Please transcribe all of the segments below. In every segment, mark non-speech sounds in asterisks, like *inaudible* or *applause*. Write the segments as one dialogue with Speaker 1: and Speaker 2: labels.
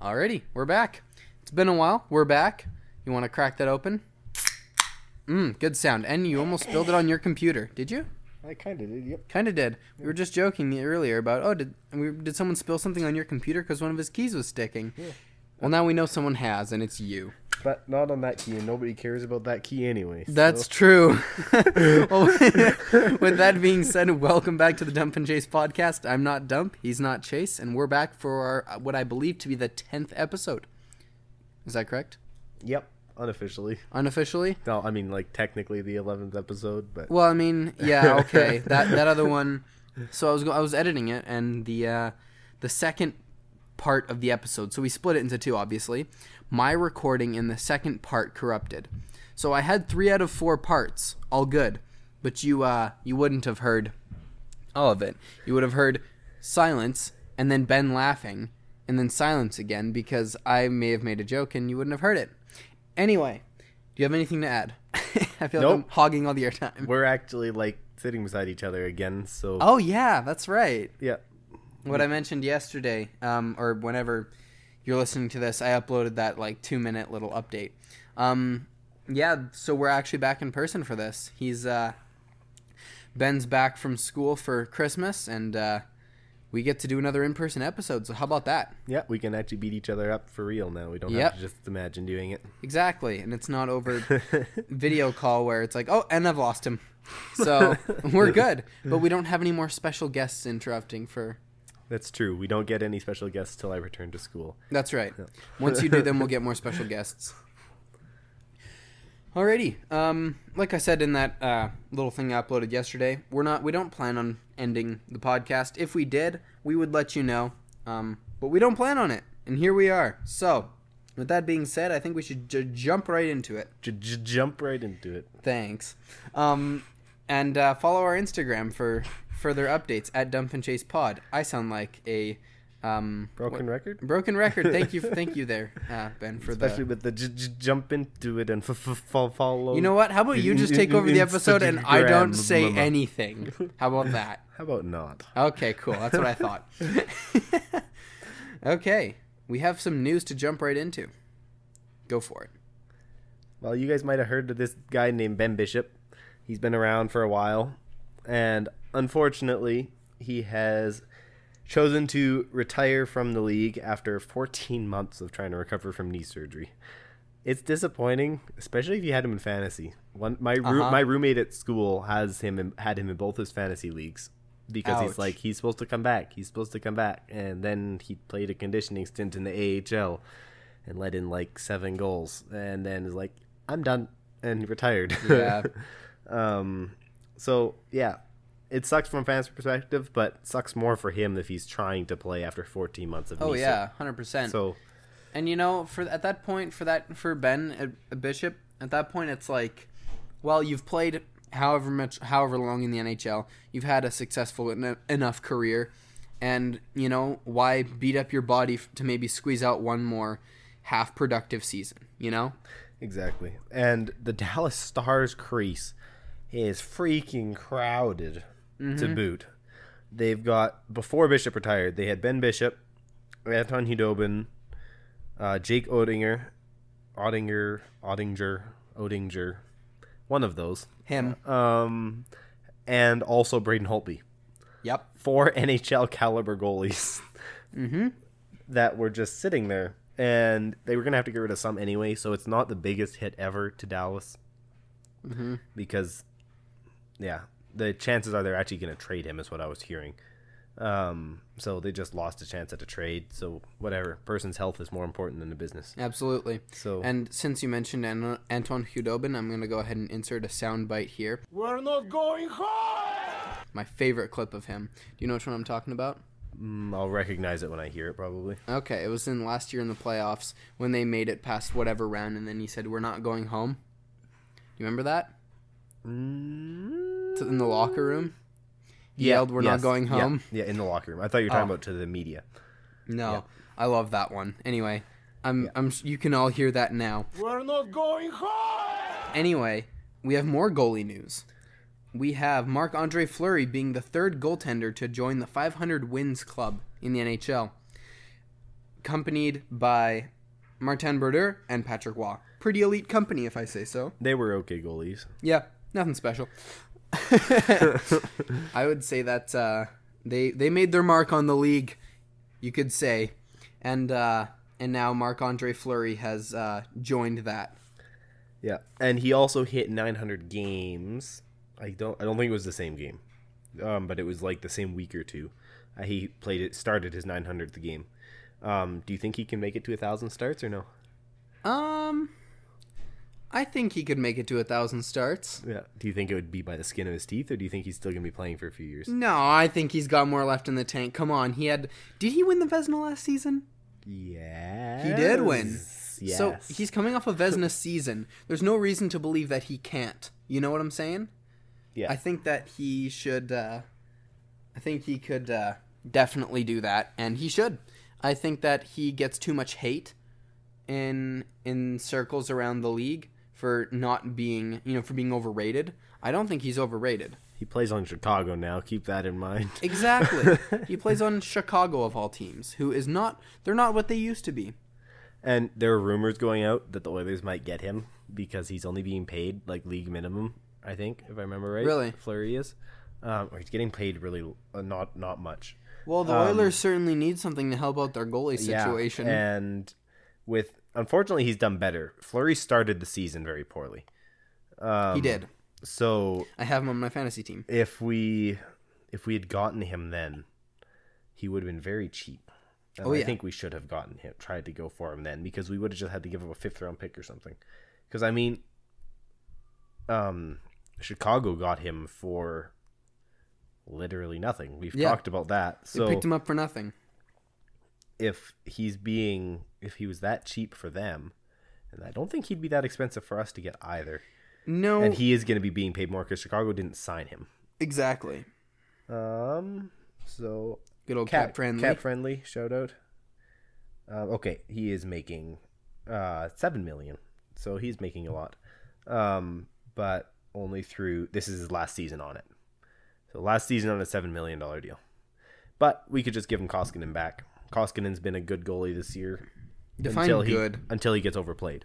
Speaker 1: Alrighty, we're back. It's been a while. We're back. You want to crack that open? Mmm, good sound. And you almost spilled it on your computer. Did you?
Speaker 2: I kind of did. Yep.
Speaker 1: Kind of did. We were just joking earlier about oh did we, did someone spill something on your computer because one of his keys was sticking? Well, now we know someone has, and it's you.
Speaker 2: But not on that key, and nobody cares about that key anyway. so-
Speaker 1: That's true. *laughs* Well, *laughs* with that being said, welcome back to the Dump and Chase podcast. I'm not Dump, he's not Chase, and we're back for our, what I believe to be the 10th episode. Is that correct?
Speaker 2: Yep. Unofficially.
Speaker 1: Unofficially?
Speaker 2: No, I mean like technically the eleventh episode, but
Speaker 1: Well, I mean, yeah, okay. that that other one. So I was go- I was editing it, and the uh, the second part of the episode. So we split it into two, obviously. My recording in the second part corrupted. So I had three out of four parts, all good, but you uh, you wouldn't have heard all of it. You would have heard silence and then Ben laughing and then silence again because I may have made a joke and you wouldn't have heard it. Anyway, do you have anything to add? *laughs* I feel like I'm
Speaker 2: Nope.
Speaker 1: hogging all the airtime.
Speaker 2: we're actually like sitting beside each other again. So
Speaker 1: Oh yeah, that's right.
Speaker 2: yeah,
Speaker 1: What I mentioned yesterday, um, or whenever you're listening to this, I uploaded that like two minute little update. Um, yeah, so we're actually back in person for this. He's uh, Ben's back from school for Christmas, and uh, we get to do another in person episode. So how about that?
Speaker 2: yeah, we can actually beat each other up for real now. We don't
Speaker 1: Yep.
Speaker 2: have to just imagine doing it.
Speaker 1: Exactly, and it's not over video call where it's like, oh, and I've lost him. So we're good, but we don't have any more special guests interrupting for
Speaker 2: That's true. We don't get any special guests till I return to school.
Speaker 1: That's right. Once you do them, we'll get more special guests. Alrighty. Um, like I said in that uh, little thing I uploaded yesterday, we're not. We don't plan on ending the podcast. If we did, we would let you know. Um, but we don't plan on it, and here we are. So, with that being said, I think we should j- jump right into it.
Speaker 2: J- j- jump right into it.
Speaker 1: Thanks. Um, and uh, follow our Instagram for further updates at Dump and Chase Pod. I sound like a um,
Speaker 2: Broken record.
Speaker 1: Broken record. Thank you, thank you there, uh, Ben, for the.
Speaker 2: Especially with the j- j- jump into it and f- f- fo- follow.
Speaker 1: You know what? How about you just take over the episode and I don't say anything? How about that?
Speaker 2: How about not?
Speaker 1: Okay, cool. That's what I thought. *laughs* okay, we have some news to jump right into. Go for it.
Speaker 2: Well, you guys might have heard of this guy named Ben Bishop. He's been around for a while, and unfortunately, he has chosen to retire from the league after 14 months of trying to recover from knee surgery. It's disappointing, especially if you had him in fantasy. One my roo-
Speaker 1: Uh-huh.
Speaker 2: my roommate at school has him in, had him in both his fantasy leagues because
Speaker 1: Ouch.
Speaker 2: he's like he's supposed to come back, he's supposed to come back, and then he played a conditioning stint in the AHL and let in like seven goals and then is like i'm done and he retired
Speaker 1: Yeah.
Speaker 2: um *laughs* so yeah it sucks from a fan's perspective but sucks more for him if he's trying to play after 14 months *laughs* of
Speaker 1: Oh
Speaker 2: knee
Speaker 1: yeah, hundred percent.
Speaker 2: so
Speaker 1: And you know, for at that point, for that for Ben uh, uh, Bishop, at that point, it's like, well, you've played however much, however long in the NHL, you've had a successful en- enough career, and you know why beat up your body f- to maybe squeeze out one more half productive season, you know?
Speaker 2: exactly and the dallas stars crease is freaking crowded to boot they've got before bishop retired they had ben bishop anton hudobin uh, Jake Odinger, Odinger, Odinger, Odinger, one of those,
Speaker 1: Him.
Speaker 2: um, and also Braden Holtby,
Speaker 1: Yep.
Speaker 2: four *laughs* NHL caliber goalies
Speaker 1: Mm-hmm.
Speaker 2: that were just sitting there, and they were gonna have to get rid of some anyway, so it's not the biggest hit ever to Dallas,
Speaker 1: Mm-hmm.
Speaker 2: because, yeah, the chances are they're actually gonna trade him is what I was hearing. Um, so they just lost a chance at a trade. So whatever, person's health is more important than the business.
Speaker 1: Absolutely.
Speaker 2: So
Speaker 1: And since you mentioned An- Anton Hudobin, I'm going to go ahead and insert a sound bite here.
Speaker 2: We're not going home.
Speaker 1: My favorite clip of him. Do you know which one I'm talking about?
Speaker 2: Mm, I'll recognize it when I hear it, probably.
Speaker 1: Okay, it was in last year in the playoffs when they made it past whatever round, and then he said, "We're not going home." You remember that? To- In the locker room, he yelled, "We're not going home."
Speaker 2: Yeah, in the locker room. I thought you were talking
Speaker 1: Oh.
Speaker 2: about to the media.
Speaker 1: No, I love that one. Anyway, I'm, I'm. s- You can all hear that now.
Speaker 2: We're not going home.
Speaker 1: Anyway, we have more goalie news. We have Marc Andre Fleury being the third goaltender to join the 500 wins club in the NHL. accompanied by Martin Berder and Patrick Waugh. Pretty elite company, if I say so.
Speaker 2: They were okay goalies.
Speaker 1: Yeah, nothing special. I would say that uh, they they made their mark on the league, you could say, and uh, and now Marc Andre Fleury has uh, joined that.
Speaker 2: Yeah, and he also hit 900 games. I don't I don't think it was the same game, um, but it was like the same week or two. Uh, he played it started his 900th game. Um, do you think he can make it to a thousand starts or no?
Speaker 1: Um, I think he could make it to a thousand starts.
Speaker 2: Yeah. Do you think it would be by the skin of his teeth, or do you think he's still gonna be playing for a few years?
Speaker 1: No, I think he's got more left in the tank. Come on, he had. Did he win the Vesna last season?
Speaker 2: Yeah.
Speaker 1: He did win. So he's coming off a Vesna season. There's no reason to believe that he can't. You know what I'm saying?
Speaker 2: Yeah.
Speaker 1: I think that he should. Uh, I think he could uh, definitely do that, and he should. I think that he gets too much hate in in circles around the league for not being, you know, for being overrated. I don't think he's overrated.
Speaker 2: He plays on Chicago now. Keep that in mind. *laughs*
Speaker 1: Exactly. he plays on Chicago of all teams, who is not they're not what they used to be.
Speaker 2: And there are rumors going out that the Oilers might get him because he's only being paid like league minimum. I think, if I remember right,
Speaker 1: Really?
Speaker 2: Flurry is, um, or he's getting paid really uh, not not much.
Speaker 1: Well, the Oilers certainly need something to help out their goalie situation.
Speaker 2: Um, Yeah, and with unfortunately, he's done better. Flurry started the season very poorly. Um,
Speaker 1: he did.
Speaker 2: So
Speaker 1: I have him on my fantasy team.
Speaker 2: if we if we had gotten him then, he would have been very cheap. And
Speaker 1: Oh,
Speaker 2: I
Speaker 1: yeah.
Speaker 2: think we should have gotten him, tried to go for him then, because we would have just had to give up a fifth round pick or something. Because I mean, um, Chicago got him for literally nothing. We've
Speaker 1: Yeah.
Speaker 2: talked about that.
Speaker 1: They
Speaker 2: So
Speaker 1: picked him up for nothing.
Speaker 2: if he's being if he was that cheap for them, and I don't think he'd be that expensive for us to get either.
Speaker 1: No,
Speaker 2: And he is going to be being paid more because Chicago didn't sign him.
Speaker 1: exactly.
Speaker 2: Um, so
Speaker 1: Good old
Speaker 2: cat,
Speaker 1: cat, friendly.
Speaker 2: Cat friendly shout out. Uh, okay, he is making uh seven million, so he's making a lot. Um, but only through this is his last season on it. So last season on a seven million dollar deal, but we could just give him Koskinen back. Koskinen's been a good goalie this year
Speaker 1: Define
Speaker 2: until he
Speaker 1: good.
Speaker 2: until he gets overplayed.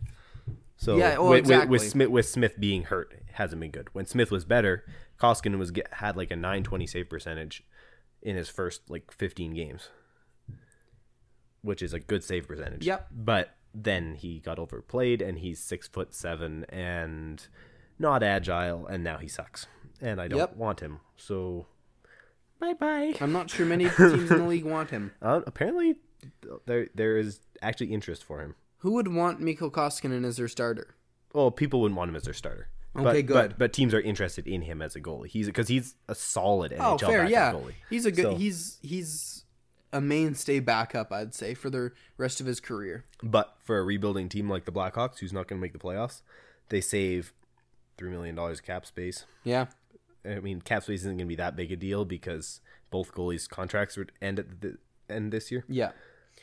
Speaker 2: So
Speaker 1: Yeah, oh,
Speaker 2: with, with-
Speaker 1: exactly.
Speaker 2: with Smith with Smith being hurt it hasn't been good. When Smith was better, Koskinen was get, had like a 920 save percentage in his first like 15 games, which is a good save percentage.
Speaker 1: Yep.
Speaker 2: But then he got overplayed, and he's six foot seven and not agile, and now he sucks. And I don't
Speaker 1: Yep.
Speaker 2: want him. So bye bye.
Speaker 1: I'm not sure
Speaker 2: *laughs*
Speaker 1: many teams in the league want him.
Speaker 2: Uh, apparently, th- there there is actually interest for him.
Speaker 1: Who would want Mikko Koskinen as their starter?
Speaker 2: well, people wouldn't want him as their starter. But-
Speaker 1: Okay,
Speaker 2: But,
Speaker 1: good.
Speaker 2: but teams are interested in him as a goalie. He's because he's a solid NHL
Speaker 1: Oh, fair,
Speaker 2: backup
Speaker 1: yeah.
Speaker 2: goalie.
Speaker 1: He's a good.
Speaker 2: So-
Speaker 1: He's he's a mainstay backup, I'd say, for the rest of his career.
Speaker 2: But for a rebuilding team like the Blackhawks, who's not going to make the playoffs, they save three million dollars cap space.
Speaker 1: Yeah,
Speaker 2: I mean, cap space isn't going to be that big a deal because both goalies' contracts would end at the end this year.
Speaker 1: yeah.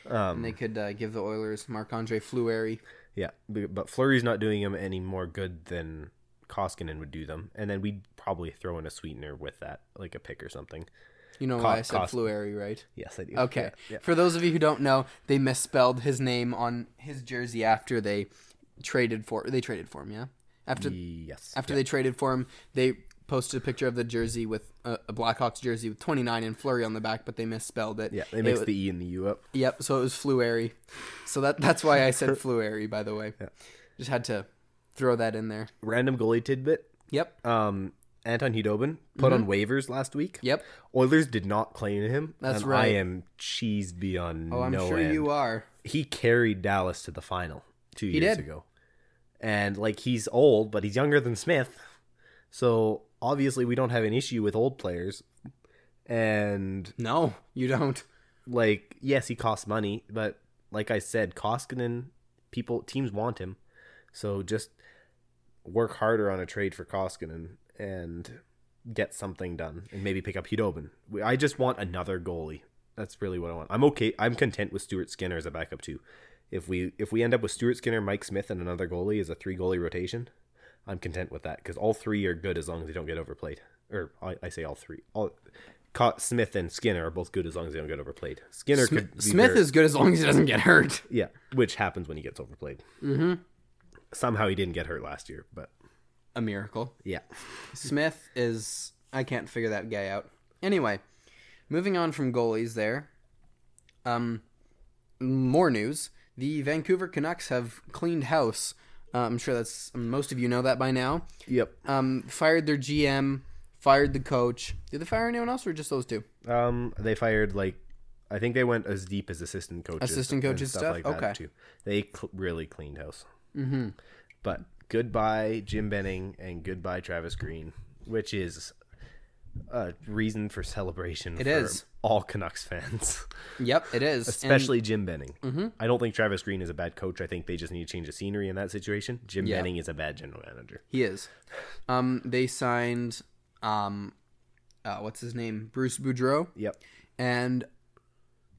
Speaker 2: Um,
Speaker 1: and they could uh, give the Oilers Marc Andre Fleury.
Speaker 2: Yeah, b- but Flurry's not doing him any more good than Koskinen would do them, and then we'd probably throw in a sweetener with that, like a pick or something.
Speaker 1: You know
Speaker 2: Co-
Speaker 1: why I said
Speaker 2: cost-
Speaker 1: Fleury, right?
Speaker 2: Yes, I do.
Speaker 1: Okay.
Speaker 2: Yeah, yeah.
Speaker 1: For those of you who don't know, they misspelled his name on his jersey after they traded for they traded for him. Yeah, after
Speaker 2: Yes.
Speaker 1: after they traded for him, they posted a picture of the jersey with uh, a, a Blackhawks jersey with 29 and Flurry on the back, but they misspelled it.
Speaker 2: Yeah, they
Speaker 1: It
Speaker 2: mix
Speaker 1: wa-
Speaker 2: the E and the U up.
Speaker 1: Yep, so it was Fluary. So that that's why I
Speaker 2: *laughs*
Speaker 1: said Fluary, by the way. Just had to throw that in there.
Speaker 2: Random goalie tidbit.
Speaker 1: Yep.
Speaker 2: Um, Anton Hudobin put
Speaker 1: Mm-hmm.
Speaker 2: on waivers last week.
Speaker 1: Yep.
Speaker 2: Oilers did not claim him.
Speaker 1: That's
Speaker 2: and I
Speaker 1: right.
Speaker 2: am cheesed beyond
Speaker 1: Oh, I'm
Speaker 2: no
Speaker 1: sure
Speaker 2: end.
Speaker 1: you are.
Speaker 2: He carried Dallas to the final two years
Speaker 1: did.
Speaker 2: ago, and like he's old, but he's younger than Smith, so obviously we don't have an issue with old players. And
Speaker 1: No, you don't.
Speaker 2: like yes he costs money but like i said koskinen people teams want him so just work harder on a trade for koskinen and get something done and maybe pick up hudobin We- i just want another goalie that's really what i want i'm okay i'm content with stuart skinner as a backup too if we if we end up with stuart skinner mike smith and another goalie as a three goalie rotation i'm content with that because all three are good as long as they don't get overplayed or i, I say all three all caught Smith and Skinner are both good as long as they don't get overplayed. Skinner
Speaker 1: Sm-
Speaker 2: could be
Speaker 1: Smith
Speaker 2: very-
Speaker 1: is good as long as he doesn't get hurt.
Speaker 2: yeah, which happens when he gets overplayed. Mm-hmm. Somehow he didn't get hurt last year, but
Speaker 1: A miracle.
Speaker 2: yeah,
Speaker 1: Smith is I can't figure that guy out. Anyway, moving on from goalies there. Um more news. The Vancouver Canucks have cleaned house. Uh, I'm sure that's most of you know that by now.
Speaker 2: yep.
Speaker 1: Um fired their GM, fired the coach. Did they fire anyone else or just those two?
Speaker 2: Um, they fired like I think they went as deep as assistant coaches,
Speaker 1: Assistant
Speaker 2: and
Speaker 1: coaches stuff? Okay.
Speaker 2: too. They cl- really cleaned house. Mm-hmm. But goodbye Jim Benning and goodbye Travis Green, which is a reason for celebration. It for
Speaker 1: is.
Speaker 2: all Canucks fans,
Speaker 1: Yep, it is. and,
Speaker 2: especially Jim Benning. Mm-hmm. I don't think Travis Green is a bad coach. I think they just need to change the scenery in that situation. Jim
Speaker 1: Yeah.
Speaker 2: Benning is a bad general manager.
Speaker 1: He is. Um, they signed, um, uh, what's his name, Bruce Boudreau,
Speaker 2: Yep,
Speaker 1: and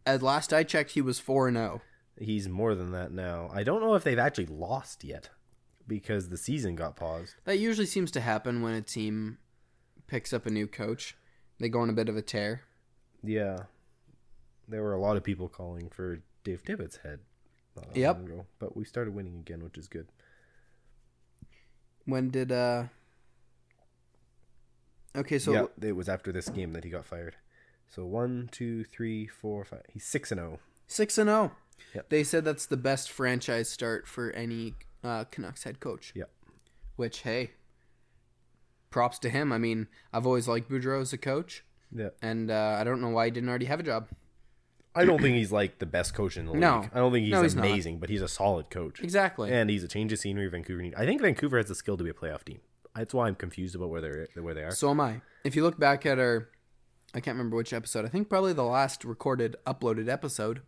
Speaker 1: at last I checked, he was four and oh. zero.
Speaker 2: he's more than that now. I don't know if they've actually lost yet because the season got paused.
Speaker 1: That usually seems to happen when a team picks up a new coach. They go on a bit of a tear.
Speaker 2: Yeah. There were a lot of people calling for Dave Tibbetts' head. Not that
Speaker 1: Yep.
Speaker 2: long ago, but we started winning again, which is good.
Speaker 1: When did uh? Okay, so
Speaker 2: yeah, it was after this game that he got fired. So one, two, three, four, five. He's six and oh. zero.
Speaker 1: six and zero.
Speaker 2: Yep.
Speaker 1: They said that's the best franchise start for any uh, Canucks head coach.
Speaker 2: Yep.
Speaker 1: Which hey, props to him. I mean, I've always liked Boudreau as a coach.
Speaker 2: Yeah.
Speaker 1: and uh, I don't know why he didn't already have a job.
Speaker 2: I don't think he's like the best coach in the league.
Speaker 1: No.
Speaker 2: I don't think he's,
Speaker 1: No, he's not.
Speaker 2: amazing, but he's a solid coach.
Speaker 1: Exactly.
Speaker 2: And he's a change of scenery Vancouver need. I think Vancouver has the skill to be a playoff team. That's why I'm confused about where they're where they are.
Speaker 1: so am I. If you look back at our, I can't remember which episode. I think probably the last recorded, uploaded episode,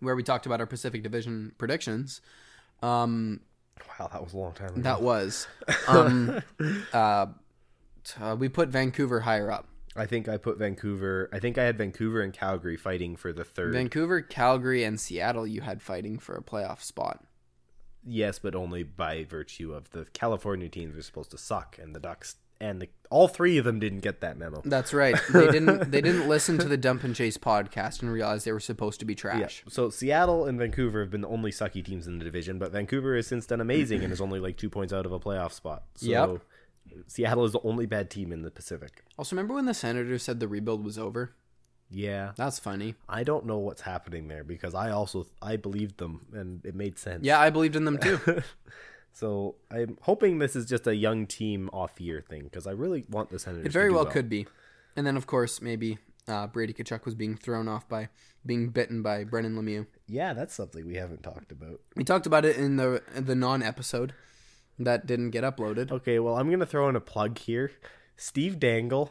Speaker 1: where we talked about our Pacific Division predictions. Um,
Speaker 2: Wow, that was a long time ago.
Speaker 1: that was, um, uh, t- uh, we put Vancouver higher up.
Speaker 2: I think I put Vancouver. I think I had Vancouver and Calgary fighting for the third.
Speaker 1: Vancouver, Calgary, and Seattle. You had fighting for a playoff spot.
Speaker 2: Yes, but only by virtue of the California teams were supposed to suck, and the Ducks and the, all three of them didn't get that memo.
Speaker 1: That's right. They didn't. They didn't listen to the Dump and Chase podcast and realize they were supposed to be trash.
Speaker 2: So Seattle and Vancouver have been the only sucky teams in the division, but Vancouver has since done amazing and is only like two points out of a playoff spot. So
Speaker 1: Yep.
Speaker 2: Seattle is the only bad team in the Pacific.
Speaker 1: Also, remember when the Senators said the rebuild was over?
Speaker 2: Yeah,
Speaker 1: That's funny.
Speaker 2: I don't know what's happening there because I also I believed them and it made sense.
Speaker 1: Yeah, I believed in them too.
Speaker 2: So I'm hoping this is just a young team off year thing because I really want the Senators.
Speaker 1: It very
Speaker 2: to do
Speaker 1: well
Speaker 2: well
Speaker 1: could be. And then, of course, maybe uh, Brady Kachuk was being thrown off by being bitten by Brennan Lemieux.
Speaker 2: Yeah, that's something we haven't talked about.
Speaker 1: We talked about it in the in the non episode that didn't get uploaded.
Speaker 2: Okay, well, I'm gonna throw in a plug here. Steve Dangle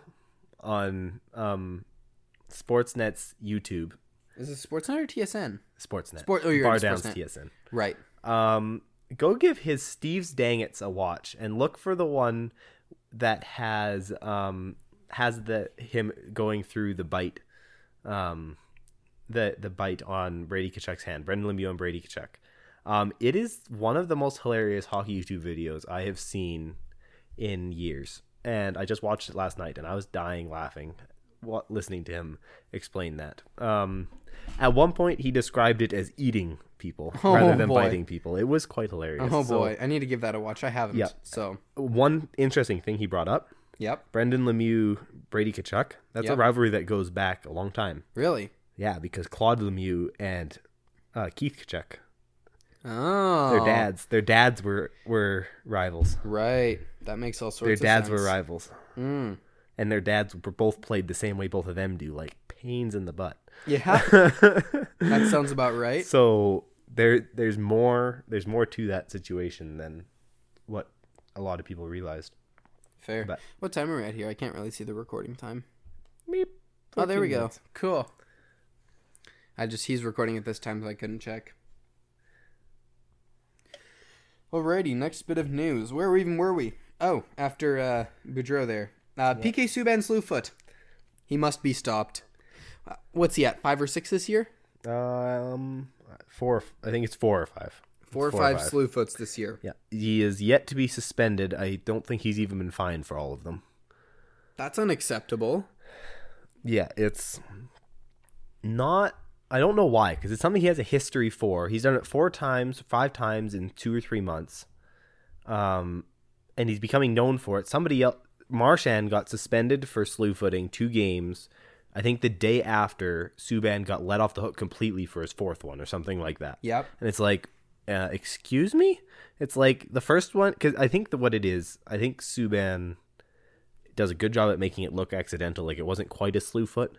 Speaker 2: on um, Sportsnet's YouTube,
Speaker 1: Is it Sportsnet or TSN?
Speaker 2: Sportsnet,
Speaker 1: Sport- oh, you're
Speaker 2: Bar
Speaker 1: in
Speaker 2: Downs
Speaker 1: Sportsnet.
Speaker 2: TSN.
Speaker 1: Right.
Speaker 2: Um, go give his Steve's Dangits a watch and look for the one that has um has the him going through the bite, um, the the bite on Brady Kachuk's hand, Brendan Lemieux and Brady Kachuk. Um, it is one of the most hilarious hockey YouTube videos I have seen in years, and I just watched it last night and I was dying laughing wa- listening to him explain that. Um, at one point, he described it as eating people
Speaker 1: Oh,
Speaker 2: rather than
Speaker 1: boy.
Speaker 2: biting people. It was quite hilarious.
Speaker 1: Oh
Speaker 2: So,
Speaker 1: boy, I need to give that a watch. I haven't.
Speaker 2: Yeah.
Speaker 1: So,
Speaker 2: one interesting thing he brought up:
Speaker 1: yep.
Speaker 2: Brendan Lemieux, Brady Kachuk. That's a
Speaker 1: Yep.
Speaker 2: rivalry that goes back a long time.
Speaker 1: Really?
Speaker 2: Yeah, because Claude Lemieux and uh, Keith Kachuk,
Speaker 1: Oh.
Speaker 2: their dads, their dads were were rivals.
Speaker 1: Right. That makes all sorts
Speaker 2: Their
Speaker 1: of
Speaker 2: dads were
Speaker 1: sense.
Speaker 2: rivals,
Speaker 1: Mm.
Speaker 2: and their dads were both played the same way both of them do, like pains in
Speaker 1: *laughs*
Speaker 2: the butt. *laughs*
Speaker 1: Yeah. that sounds about right.
Speaker 2: So there there's more there's more to that situation than what a lot of people realized.
Speaker 1: Fair.
Speaker 2: But-
Speaker 1: What time are we at here? I can't really see the recording time.
Speaker 2: Meep.
Speaker 1: Oh, there we
Speaker 2: 14
Speaker 1: go.
Speaker 2: minutes.
Speaker 1: Cool. I just he's recording at this time, so I couldn't check. Alrighty, next bit of news. Where even were we? Oh, after uh, Boudreau there, uh, PK Subban's Slewfoot. He must be stopped. Uh, what's he at? Five or six this year?
Speaker 2: Um four I think it's four or five. It's
Speaker 1: Four, or five, slew Slewfoots this year.
Speaker 2: Yeah. He is yet to be suspended. I don't think he's even been fined for all of them.
Speaker 1: That's unacceptable.
Speaker 2: Yeah, it's not. I don't know why, because it's something he has a history for. He's done it four times, five times in two or three months, um, and he's becoming known for it. Somebody else, Marshan, got suspended for slew footing two games. I think the day after Subban got let off the hook completely for his fourth one or something like that.
Speaker 1: Yep.
Speaker 2: And it's like, uh, excuse me? It's like the first one, because I think that what it is, I think Subban does a good job at making it look accidental. Like it wasn't quite a slew foot,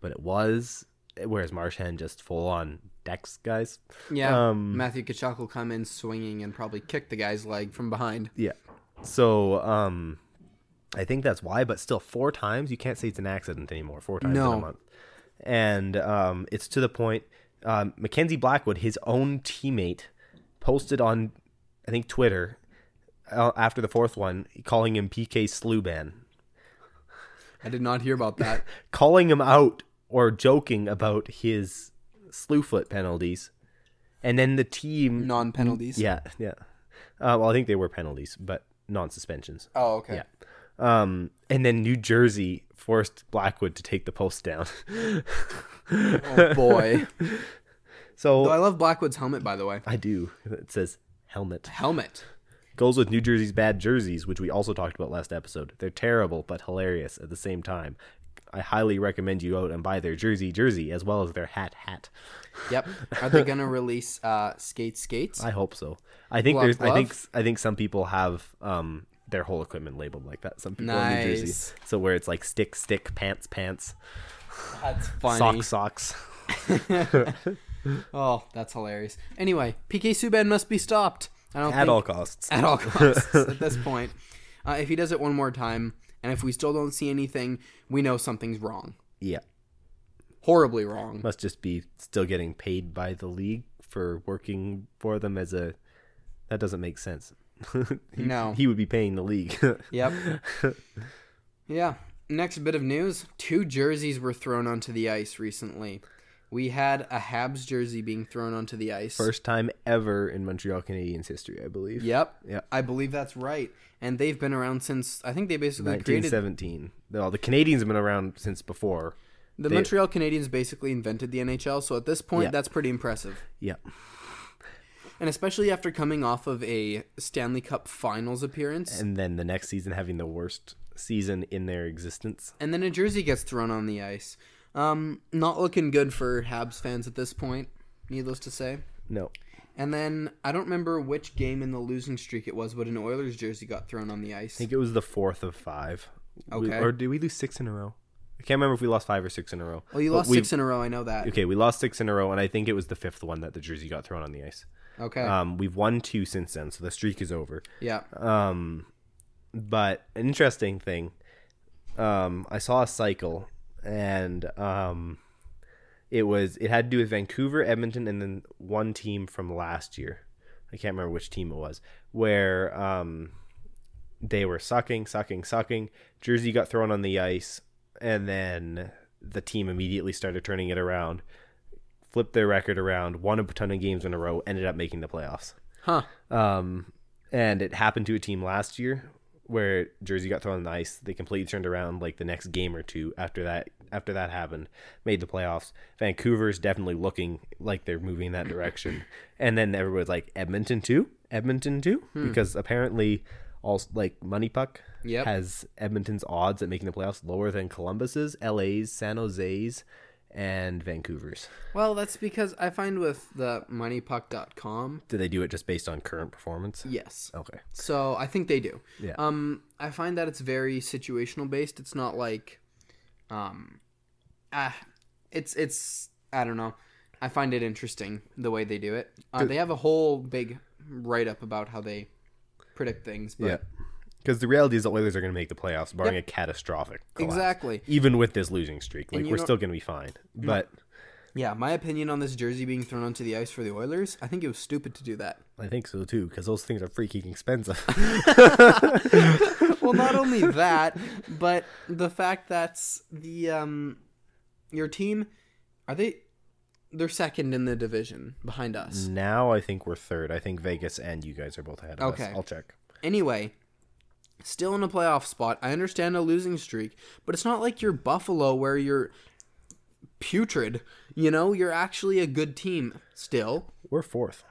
Speaker 2: but it was. Whereas Marshan just full on decks guys.
Speaker 1: Yeah.
Speaker 2: Um,
Speaker 1: Matthew Kachuk will come in swinging and probably kick the guy's leg from behind.
Speaker 2: Yeah. So um, I think that's why. But still, four times you can't say it's an accident anymore. Four times in
Speaker 1: No.
Speaker 2: a month, and um, it's to the point. Um, Mackenzie Blackwood, his own teammate, posted on I think Twitter uh, after the fourth one, calling him PK Sluban.
Speaker 1: I did not hear about that.
Speaker 2: calling him out or joking about his slew foot penalties, and then the team.
Speaker 1: Non penalties.
Speaker 2: Yeah, yeah. Uh, well, I think they were penalties, but non suspensions.
Speaker 1: Oh, okay.
Speaker 2: Yeah. Um, and then New Jersey forced Blackwood to take the post down. *laughs*
Speaker 1: Oh boy.
Speaker 2: so
Speaker 1: oh, I love Blackwood's helmet, by the way.
Speaker 2: I do. It says helmet
Speaker 1: Helmet.
Speaker 2: goes with New Jersey's bad jerseys, which we also talked about last episode. They're terrible but hilarious at the same time. I highly recommend you out and buy their jersey jersey as well as their hat hat.
Speaker 1: Yep. Are they
Speaker 2: *laughs*
Speaker 1: gonna release uh, skate skates?
Speaker 2: I hope so. I think
Speaker 1: Glove,
Speaker 2: there's. I
Speaker 1: glove?
Speaker 2: think. I think some people have um their whole equipment labeled like that. Some people in New Jersey.
Speaker 1: Nice.
Speaker 2: So where it's like stick, stick, pants, pants,
Speaker 1: That's funny.
Speaker 2: sock, socks. *laughs*
Speaker 1: Oh, that's hilarious. Anyway, PK Subban must be stopped. I don't
Speaker 2: At
Speaker 1: think,
Speaker 2: all costs.
Speaker 1: *laughs* at all costs at this point. Uh, if he does it one more time, and if we still don't see anything, we know something's wrong,
Speaker 2: *laughs* Yeah.
Speaker 1: horribly wrong.
Speaker 2: Must just be still getting paid by the league for working for them as a. That doesn't make sense. *laughs* He-
Speaker 1: No.
Speaker 2: He would be paying the league. *laughs*
Speaker 1: Yep. yeah. Next bit of news: two jerseys were thrown onto the ice recently. We had a Habs jersey being thrown onto the ice.
Speaker 2: First time ever in Montreal Canadiens history, I believe.
Speaker 1: Yep.
Speaker 2: Yeah.
Speaker 1: I believe that's right. And they've been around since I think they basically created
Speaker 2: 1917. Well, the Canadians have been around since before.
Speaker 1: the
Speaker 2: they-
Speaker 1: Montreal Canadiens basically invented the NHL. So at this point,
Speaker 2: Yeah.
Speaker 1: that's pretty impressive.
Speaker 2: Yeah.
Speaker 1: And especially after coming off of a Stanley Cup Finals appearance, and,
Speaker 2: and then the next season having the worst season in their existence.
Speaker 1: then a jersey gets thrown on the ice. Um, not looking good for Habs fans at this point, needless to say.
Speaker 2: No.
Speaker 1: And then I don't remember which game in the losing streak it was, but an Oilers jersey got thrown on the ice.
Speaker 2: I think it was the fourth of five. We-
Speaker 1: Okay.
Speaker 2: or did we lose six in a row? I can't remember if we lost five or six in a row.
Speaker 1: well, you
Speaker 2: But
Speaker 1: lost
Speaker 2: we-
Speaker 1: six in a row. I know that.
Speaker 2: Okay, we lost six in a row, and I think it was the fifth one that the jersey got thrown on the ice.
Speaker 1: Okay.
Speaker 2: Um, we've won two since then, so the streak is over.
Speaker 1: yeah.
Speaker 2: Um, but an interesting thing, um, I saw a cycle, and um, it was it had to do with Vancouver, Edmonton, and then one team from last year. I can't remember which team it was, where um, they were sucking, sucking, sucking. Jersey got thrown on the ice, and then the team immediately started turning it around, flipped their record around, won a ton of games in a row, ended up making the playoffs.
Speaker 1: Huh.
Speaker 2: Um, and it happened to a team last year where Jersey got thrown on the ice. They completely turned around like the next game or two after that. After that happened, made the playoffs. Vancouver's definitely looking like they're moving that direction. and then everybody's like Edmonton too, Edmonton too, because apparently all like Money Puck
Speaker 1: Yep.
Speaker 2: has Edmonton's odds at making the playoffs lower than Columbus's, LA's, San Jose's, and Vancouver's.
Speaker 1: Well, that's because I find with the moneypuck.com,
Speaker 2: Did they do it just based on current performance?
Speaker 1: yes.
Speaker 2: Okay.
Speaker 1: So I think they do.
Speaker 2: Yeah.
Speaker 1: Um, I find that it's very situational based. It's not like, um, ah, it's it's I don't know. I find it interesting the way they do it. Uh, they have a whole big write up about how they predict things. But
Speaker 2: Yeah. Because the reality is the Oilers are going to make the playoffs, barring a catastrophic collapse.
Speaker 1: Exactly.
Speaker 2: Even with this losing streak, like
Speaker 1: you
Speaker 2: we're
Speaker 1: don't-
Speaker 2: still going to be fine. But
Speaker 1: Yeah, my opinion on this jersey being thrown onto the ice for the Oilers, I think it was stupid to do that.
Speaker 2: I think so too, because those things are
Speaker 1: *laughs*
Speaker 2: freaking expensive.
Speaker 1: well,
Speaker 2: *laughs*
Speaker 1: not only that, but the fact that's the um your team are they they're second in the division behind
Speaker 2: Mm.
Speaker 1: us.
Speaker 2: now I think we're third. I think Vegas and you guys are both ahead of
Speaker 1: Okay.
Speaker 2: us. I'll check.
Speaker 1: Anyway, still in a playoff spot. I understand a losing streak, but it's not like you're Buffalo where you're putrid. You know, you're actually a good team still.
Speaker 2: We're fourth.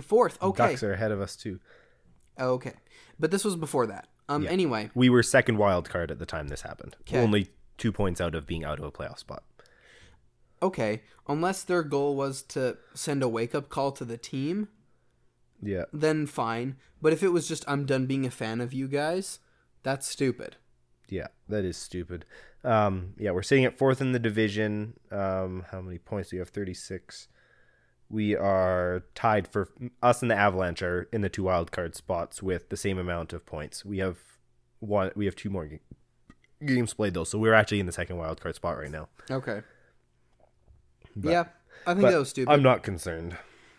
Speaker 1: Fourth, okay,
Speaker 2: Ducks are ahead of us too.
Speaker 1: okay, but this was before that. Um, anyway,
Speaker 2: We were second wild card at the time this happened.
Speaker 1: Okay.
Speaker 2: Only two points out of being out of a playoff spot.
Speaker 1: okay, unless their goal was to send a wake up call to the team,
Speaker 2: Yeah.
Speaker 1: then fine. But if it was just I'm done being a fan of you guys, that's stupid.
Speaker 2: Yeah, that is stupid. Um, yeah, we're sitting at fourth in the division. Um, how many points do you have? Thirty six. We are tied for us and the Avalanche are in the two wild card spots with the same amount of points. We have one. We have two more ga- games played though, so we're actually in the second wild card spot right now.
Speaker 1: Okay. yeah, I think
Speaker 2: But
Speaker 1: that was stupid.
Speaker 2: I'm not concerned.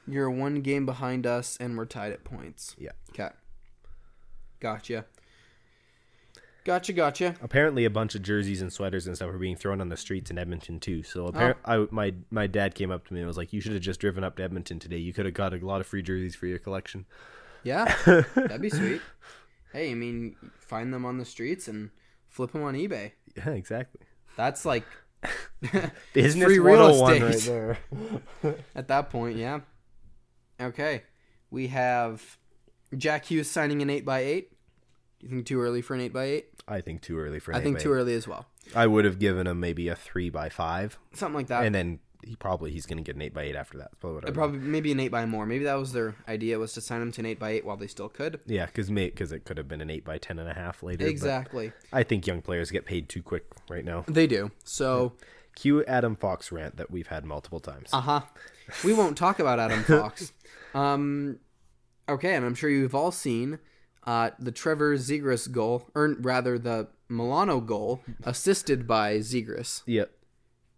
Speaker 1: You're one game behind us, and we're tied at points.
Speaker 2: Yeah.
Speaker 1: Okay. Gotcha. Gotcha. Gotcha.
Speaker 2: Apparently, a bunch of jerseys and sweaters and stuff are being thrown on the streets in Edmonton too. So, appar- I, my my dad came up to me and was like, "You should have just driven up to Edmonton today. You could have got a lot of free jerseys for your collection."
Speaker 1: *laughs* Yeah, that'd be sweet. Hey, I mean, find them on the streets and flip them on eBay.
Speaker 2: Yeah, exactly.
Speaker 1: That's like
Speaker 2: Business
Speaker 1: Free real
Speaker 2: 101 right
Speaker 1: estate.
Speaker 2: there.
Speaker 1: at that point, yeah. Okay, we have Jack Hughes signing an eight by eight. Do you think too early for an eight by eight?
Speaker 2: *laughs* I think too early for.
Speaker 1: I think too early as well.
Speaker 2: I would have given him maybe a three by five,
Speaker 1: Something like that.
Speaker 2: and then he probably he's going to get an eight by eight after that. That's probably what I would
Speaker 1: Probably maybe an eight by more. Maybe that was their idea was to sign him to an eight by eight while they still could.
Speaker 2: Yeah, because because it could have been an eight by ten and a half later. but
Speaker 1: Exactly.
Speaker 2: I think young players get paid too quick right now.
Speaker 1: They do. So,
Speaker 2: Cue Adam Fox rant that we've had multiple times.
Speaker 1: uh huh. We won't talk about *laughs* Adam Fox. Um, okay, and I'm sure you've all seen uh, the Trevor Zegras goal, or rather the Milano goal, assisted by Zegras.
Speaker 2: yep.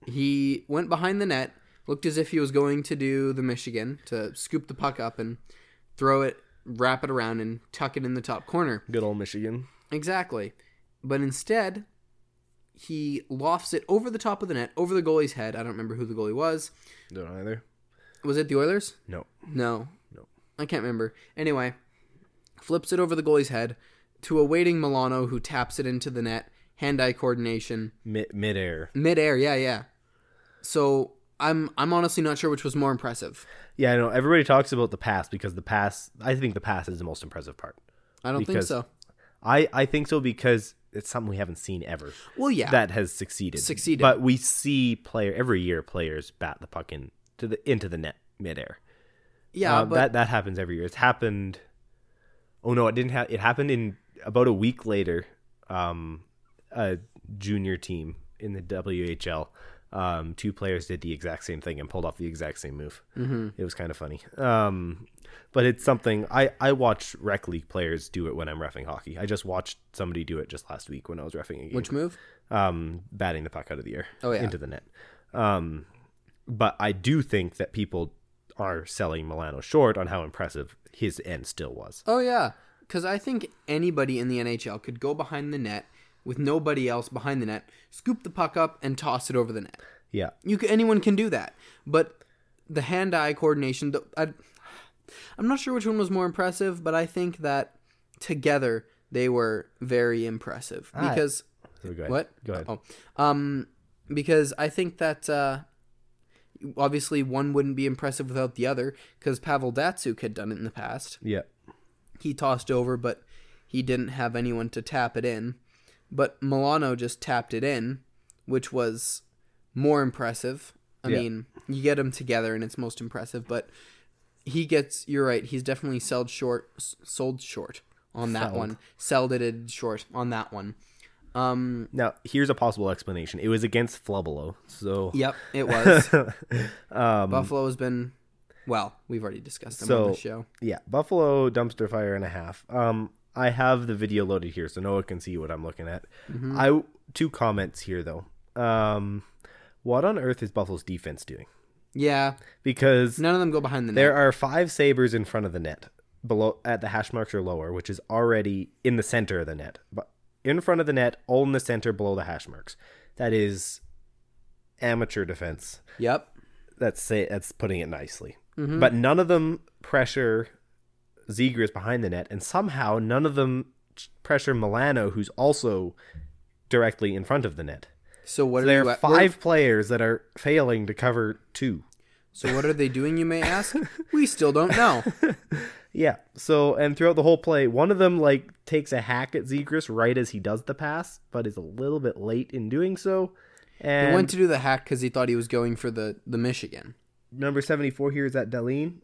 Speaker 1: He went behind the net, looked as if he was going to do the Michigan to scoop the puck up and throw it, wrap it around, and tuck it in the top corner.
Speaker 2: Good old Michigan.
Speaker 1: Exactly. But instead, he lofts it over the top of the net, over the goalie's head. I don't remember who the goalie was.
Speaker 2: Don't either.
Speaker 1: Was it the Oilers?
Speaker 2: No.
Speaker 1: No.
Speaker 2: No.
Speaker 1: I can't remember. Anyway, flips it over the goalie's head to a waiting Milano who taps it into the net. Hand eye coordination.
Speaker 2: Mid midair.
Speaker 1: Midair, yeah, yeah. So I'm I'm honestly not sure which was more impressive.
Speaker 2: Yeah, I know. Everybody talks about the pass because the pass. I think the pass is the most impressive part.
Speaker 1: I don't
Speaker 2: Because-
Speaker 1: think so.
Speaker 2: I I think so because it's something we haven't seen ever.
Speaker 1: Well yeah.
Speaker 2: that has succeeded.
Speaker 1: Succeeded.
Speaker 2: But we see player every year players bat the puck in to the into the net midair.
Speaker 1: yeah,
Speaker 2: Um,
Speaker 1: but
Speaker 2: that that happens every year. It's happened. Oh no, it didn't. Ha- it happened in about a week later. Um, a junior team in the WHL. Um, two players did the exact same thing and pulled off the exact same move. Mm-hmm. It was kind of funny. Um, but it's something I I watch rec league players do it when I'm refing hockey. I just watched somebody do it just last week when I was refing a game
Speaker 1: which move?
Speaker 2: um, batting the puck out of the air
Speaker 1: Oh, yeah.
Speaker 2: into the net. Um, but I do think that people are selling Milano short on how impressive his end still was.
Speaker 1: Oh yeah, because I think anybody in the NHL could go behind the net with nobody else behind the net, scoop the puck up and toss it over the net.
Speaker 2: Yeah,
Speaker 1: You c anyone can do that, but the hand-eye coordination. The, I, I'm not sure which one was more impressive, but I think that together they were very impressive because
Speaker 2: So go ahead.
Speaker 1: what?
Speaker 2: Go ahead.
Speaker 1: Oh, um, because I think that uh, obviously one wouldn't be impressive without the other because Pavel Datsuk had done it in the past
Speaker 2: Yeah,
Speaker 1: he tossed over, but he didn't have anyone to tap it in. But Milano just tapped it in, which was more impressive. I
Speaker 2: Yeah.
Speaker 1: mean, you get them together and it's most impressive, but he gets, you're right, he's definitely sold short, s- sold short on that
Speaker 2: Sold.
Speaker 1: one. Sold it short on that one. Um,
Speaker 2: Now here's a possible explanation. It was against Flubolo, so
Speaker 1: yep, it
Speaker 2: *laughs*
Speaker 1: was. Buffalo has been, well, we've already discussed them on
Speaker 2: Um, so
Speaker 1: the show.
Speaker 2: yeah, Buffalo dumpster fire and a half. Um, I have the video loaded here, so Noah can see what I'm looking at.
Speaker 1: Mm-hmm.
Speaker 2: I two comments here though. Um, what on earth is Buffalo's defense doing?
Speaker 1: Yeah,
Speaker 2: Because
Speaker 1: none of them go behind the net.
Speaker 2: There are five sabers in front of the net, below at the hash marks or lower, which is already in the center of the net, but in front of the net, all in the center, below the hash marks. That is amateur defense.
Speaker 1: Yep.
Speaker 2: That's say that's putting it nicely.
Speaker 1: Mm-hmm.
Speaker 2: But none of them pressure Zegers behind the net, and somehow none of them pressure Milano, who's also directly in front of the net.
Speaker 1: So what
Speaker 2: So
Speaker 1: are
Speaker 2: there
Speaker 1: you
Speaker 2: are
Speaker 1: at- what-
Speaker 2: five players that are failing to cover two.
Speaker 1: So what are they doing? You may
Speaker 2: *laughs*
Speaker 1: ask. we still don't know.
Speaker 2: Yeah. So and throughout the whole play, one of them like takes a hack at Zegris right as he does the pass, but is a little bit late in doing so.
Speaker 1: He
Speaker 2: And
Speaker 1: went to do the hack because he thought he was going for the the Michigan.
Speaker 2: number seventy four here is that Deline.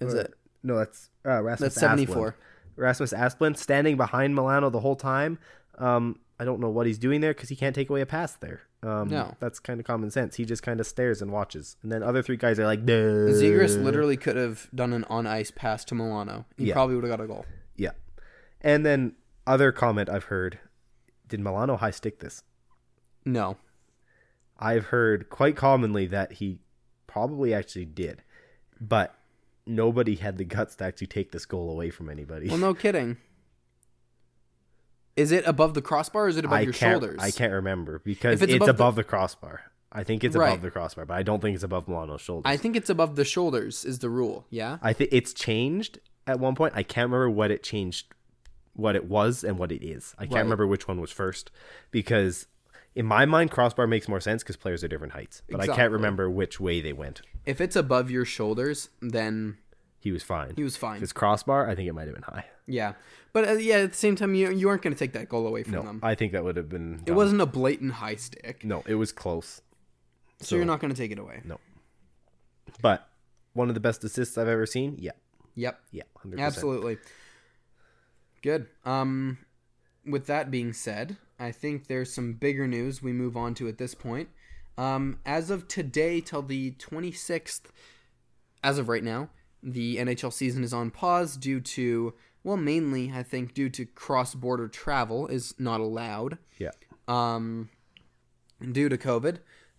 Speaker 1: Is
Speaker 2: Or-
Speaker 1: it?
Speaker 2: No, that's uh, Rasmus.
Speaker 1: That's seventy four.
Speaker 2: Asplund. Rasmus Asplund standing behind Milano the whole time. Um, I don't know what he's doing there because he can't take away a pass there. Um,
Speaker 1: No.
Speaker 2: that's kind of common sense. He just kind of stares and watches, and then other three guys are like, "No."
Speaker 1: Zegers literally could have done an on ice pass to Milano. He
Speaker 2: Uh, Yeah.
Speaker 1: probably would have got a goal.
Speaker 2: Yeah. And then other comment I've heard: Did Milano high stick this?
Speaker 1: No.
Speaker 2: I've heard quite commonly that he probably actually did, but nobody had the guts to actually take this goal away from anybody.
Speaker 1: Well, no kidding. Is it above the crossbar? or Is it above
Speaker 2: I
Speaker 1: your
Speaker 2: can't,
Speaker 1: shoulders?
Speaker 2: I can't remember because
Speaker 1: If
Speaker 2: it's,
Speaker 1: it's
Speaker 2: above,
Speaker 1: above
Speaker 2: the, crossbar. I think it's
Speaker 1: Right.
Speaker 2: above the crossbar, but I don't think it's above Milano's shoulders.
Speaker 1: I think it's above the shoulders is the rule. Yeah.
Speaker 2: I think it's changed at one point. I can't remember what it changed, what it was, and what it is. I can't
Speaker 1: Right.
Speaker 2: remember which one was first because. In my mind, crossbar makes more sense because players are different heights, but I can't
Speaker 1: Exactly.
Speaker 2: remember which way they went.
Speaker 1: If it's above your shoulders, then
Speaker 2: He was fine.
Speaker 1: he was fine.
Speaker 2: If it's crossbar, I think it might have been high.
Speaker 1: Yeah. But uh, yeah, at the same time, you you aren't going to take that goal away from them.
Speaker 2: I think that would have been.
Speaker 1: Um, It wasn't a blatant high stick,
Speaker 2: No, it was close.
Speaker 1: so, you're not going to take it away.
Speaker 2: But one of the best assists I've ever seen. Yeah,
Speaker 1: Yep.
Speaker 2: yeah, 100%.
Speaker 1: Absolutely. Good. Um with that being said, I think there's some bigger news we move on to at this point. Um as of today till the 26th as of right now, the NHL season is on pause due to well mainly I think due to cross-border travel is not allowed
Speaker 2: Yeah,
Speaker 1: um, due to COVID.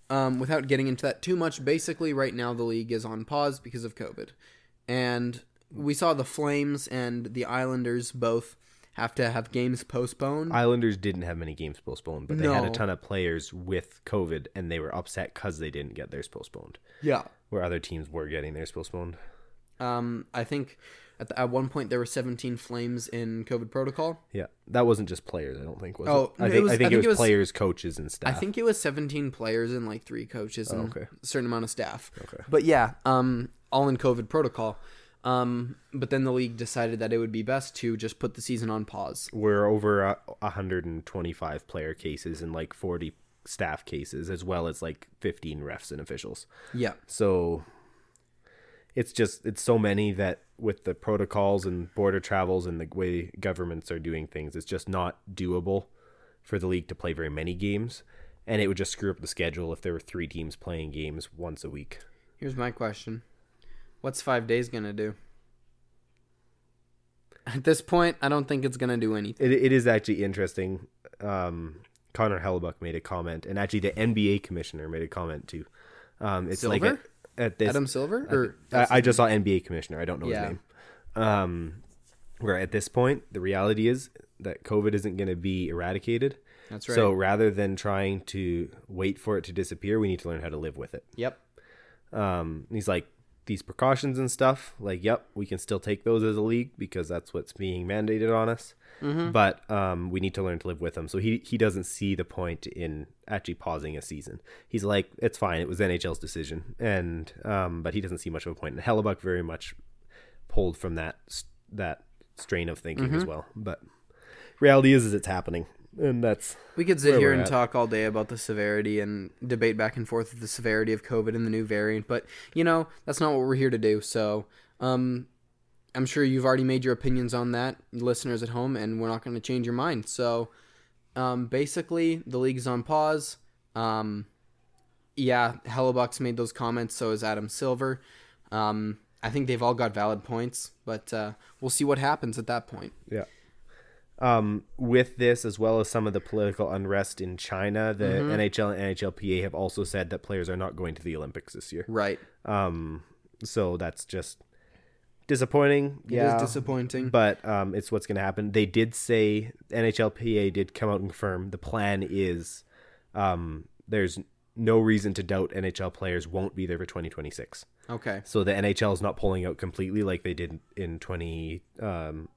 Speaker 1: Um, without getting into that too much, basically, right now the league is on pause because of COVID. And we saw the Flames and the Islanders both have to have games postponed.
Speaker 2: Islanders didn't have many games postponed, but they had a
Speaker 1: No.
Speaker 2: ton of players with COVID, and they were upset because they didn't get theirs postponed,
Speaker 1: yeah.
Speaker 2: where other teams were getting theirs postponed.
Speaker 1: Um, I think at, the, at one point there were 17 Flames in COVID protocol.
Speaker 2: Yeah, that wasn't just players. I don't think. Was
Speaker 1: Oh,
Speaker 2: it? I
Speaker 1: no, it
Speaker 2: think,
Speaker 1: was-
Speaker 2: I think it was, players, coaches, and
Speaker 1: I
Speaker 2: staff.
Speaker 1: think it was 17 players and like three coaches and
Speaker 2: okay.
Speaker 1: a certain amount of staff. Okay. But yeah, um, all in COVID protocol. Um, but then the league decided that it would be best to just put the season on pause.
Speaker 2: we're over uh, 125 player cases and like 40 staff cases, as well as like 15 refs and officials.
Speaker 1: Yeah.
Speaker 2: So it's just it's so many that with the protocols and border travels and the way governments are doing things, it's just not doable for the league to play very many games. And it would just screw up the schedule if there were three teams playing games once a week.
Speaker 1: Here's my question. What's five days gonna do? At this point, I don't think it's gonna do anything.
Speaker 2: It, it is actually interesting. Um, Connor Hellebuck made a comment, and actually the NBA commissioner made a comment too. Um, it's like
Speaker 1: Silver?
Speaker 2: at, at this
Speaker 1: Adam Silver or
Speaker 2: I, I just saw NBA commissioner. I don't know
Speaker 1: Yeah.
Speaker 2: his name. Um, where at this point, the reality is that COVID isn't going to be eradicated.
Speaker 1: That's right.
Speaker 2: So rather than trying to wait for it to disappear, we need to learn how to live with it.
Speaker 1: yep.
Speaker 2: Um, and he's like, these precautions and stuff, like, yep, we can still take those as a league because that's what's being mandated on us. But um, we need to learn to live with them. So he, he doesn't see the point in actually pausing a season. He's like, it's fine. It was NHL's decision, and um, but he doesn't see much of a point. And Hellebuck very much pulled from that s- that strain of thinking as well. But reality is, is it's happening, and that's
Speaker 1: We could sit
Speaker 2: Where
Speaker 1: here
Speaker 2: we're
Speaker 1: and
Speaker 2: at.
Speaker 1: talk all day about the severity and debate back and forth of the severity of COVID and the new variant, but you know, that's not what we're here to do. So, um I'm sure you've already made your opinions on that, listeners at home, and we're not going to change your mind. So, um, basically, the league's on pause. Um, yeah, Hellebuck's made those comments. So is Adam Silver. Um, I think they've all got valid points, but uh, we'll see what happens at that point.
Speaker 2: Yeah. Um, with this, as well as some of the political unrest in China, the NHL and NHLPA have also said that players are not going to the Olympics this year.
Speaker 1: Right.
Speaker 2: Um, so that's just disappointing.
Speaker 1: It
Speaker 2: yeah,
Speaker 1: is disappointing.
Speaker 2: but um, it's what's going to happen. They did say NHLPA did come out and confirm the plan is um, there's no reason to doubt NHL players won't be there for 2026.
Speaker 1: okay.
Speaker 2: *clears throat* So the NHL is not pulling out completely like they did in 20 um,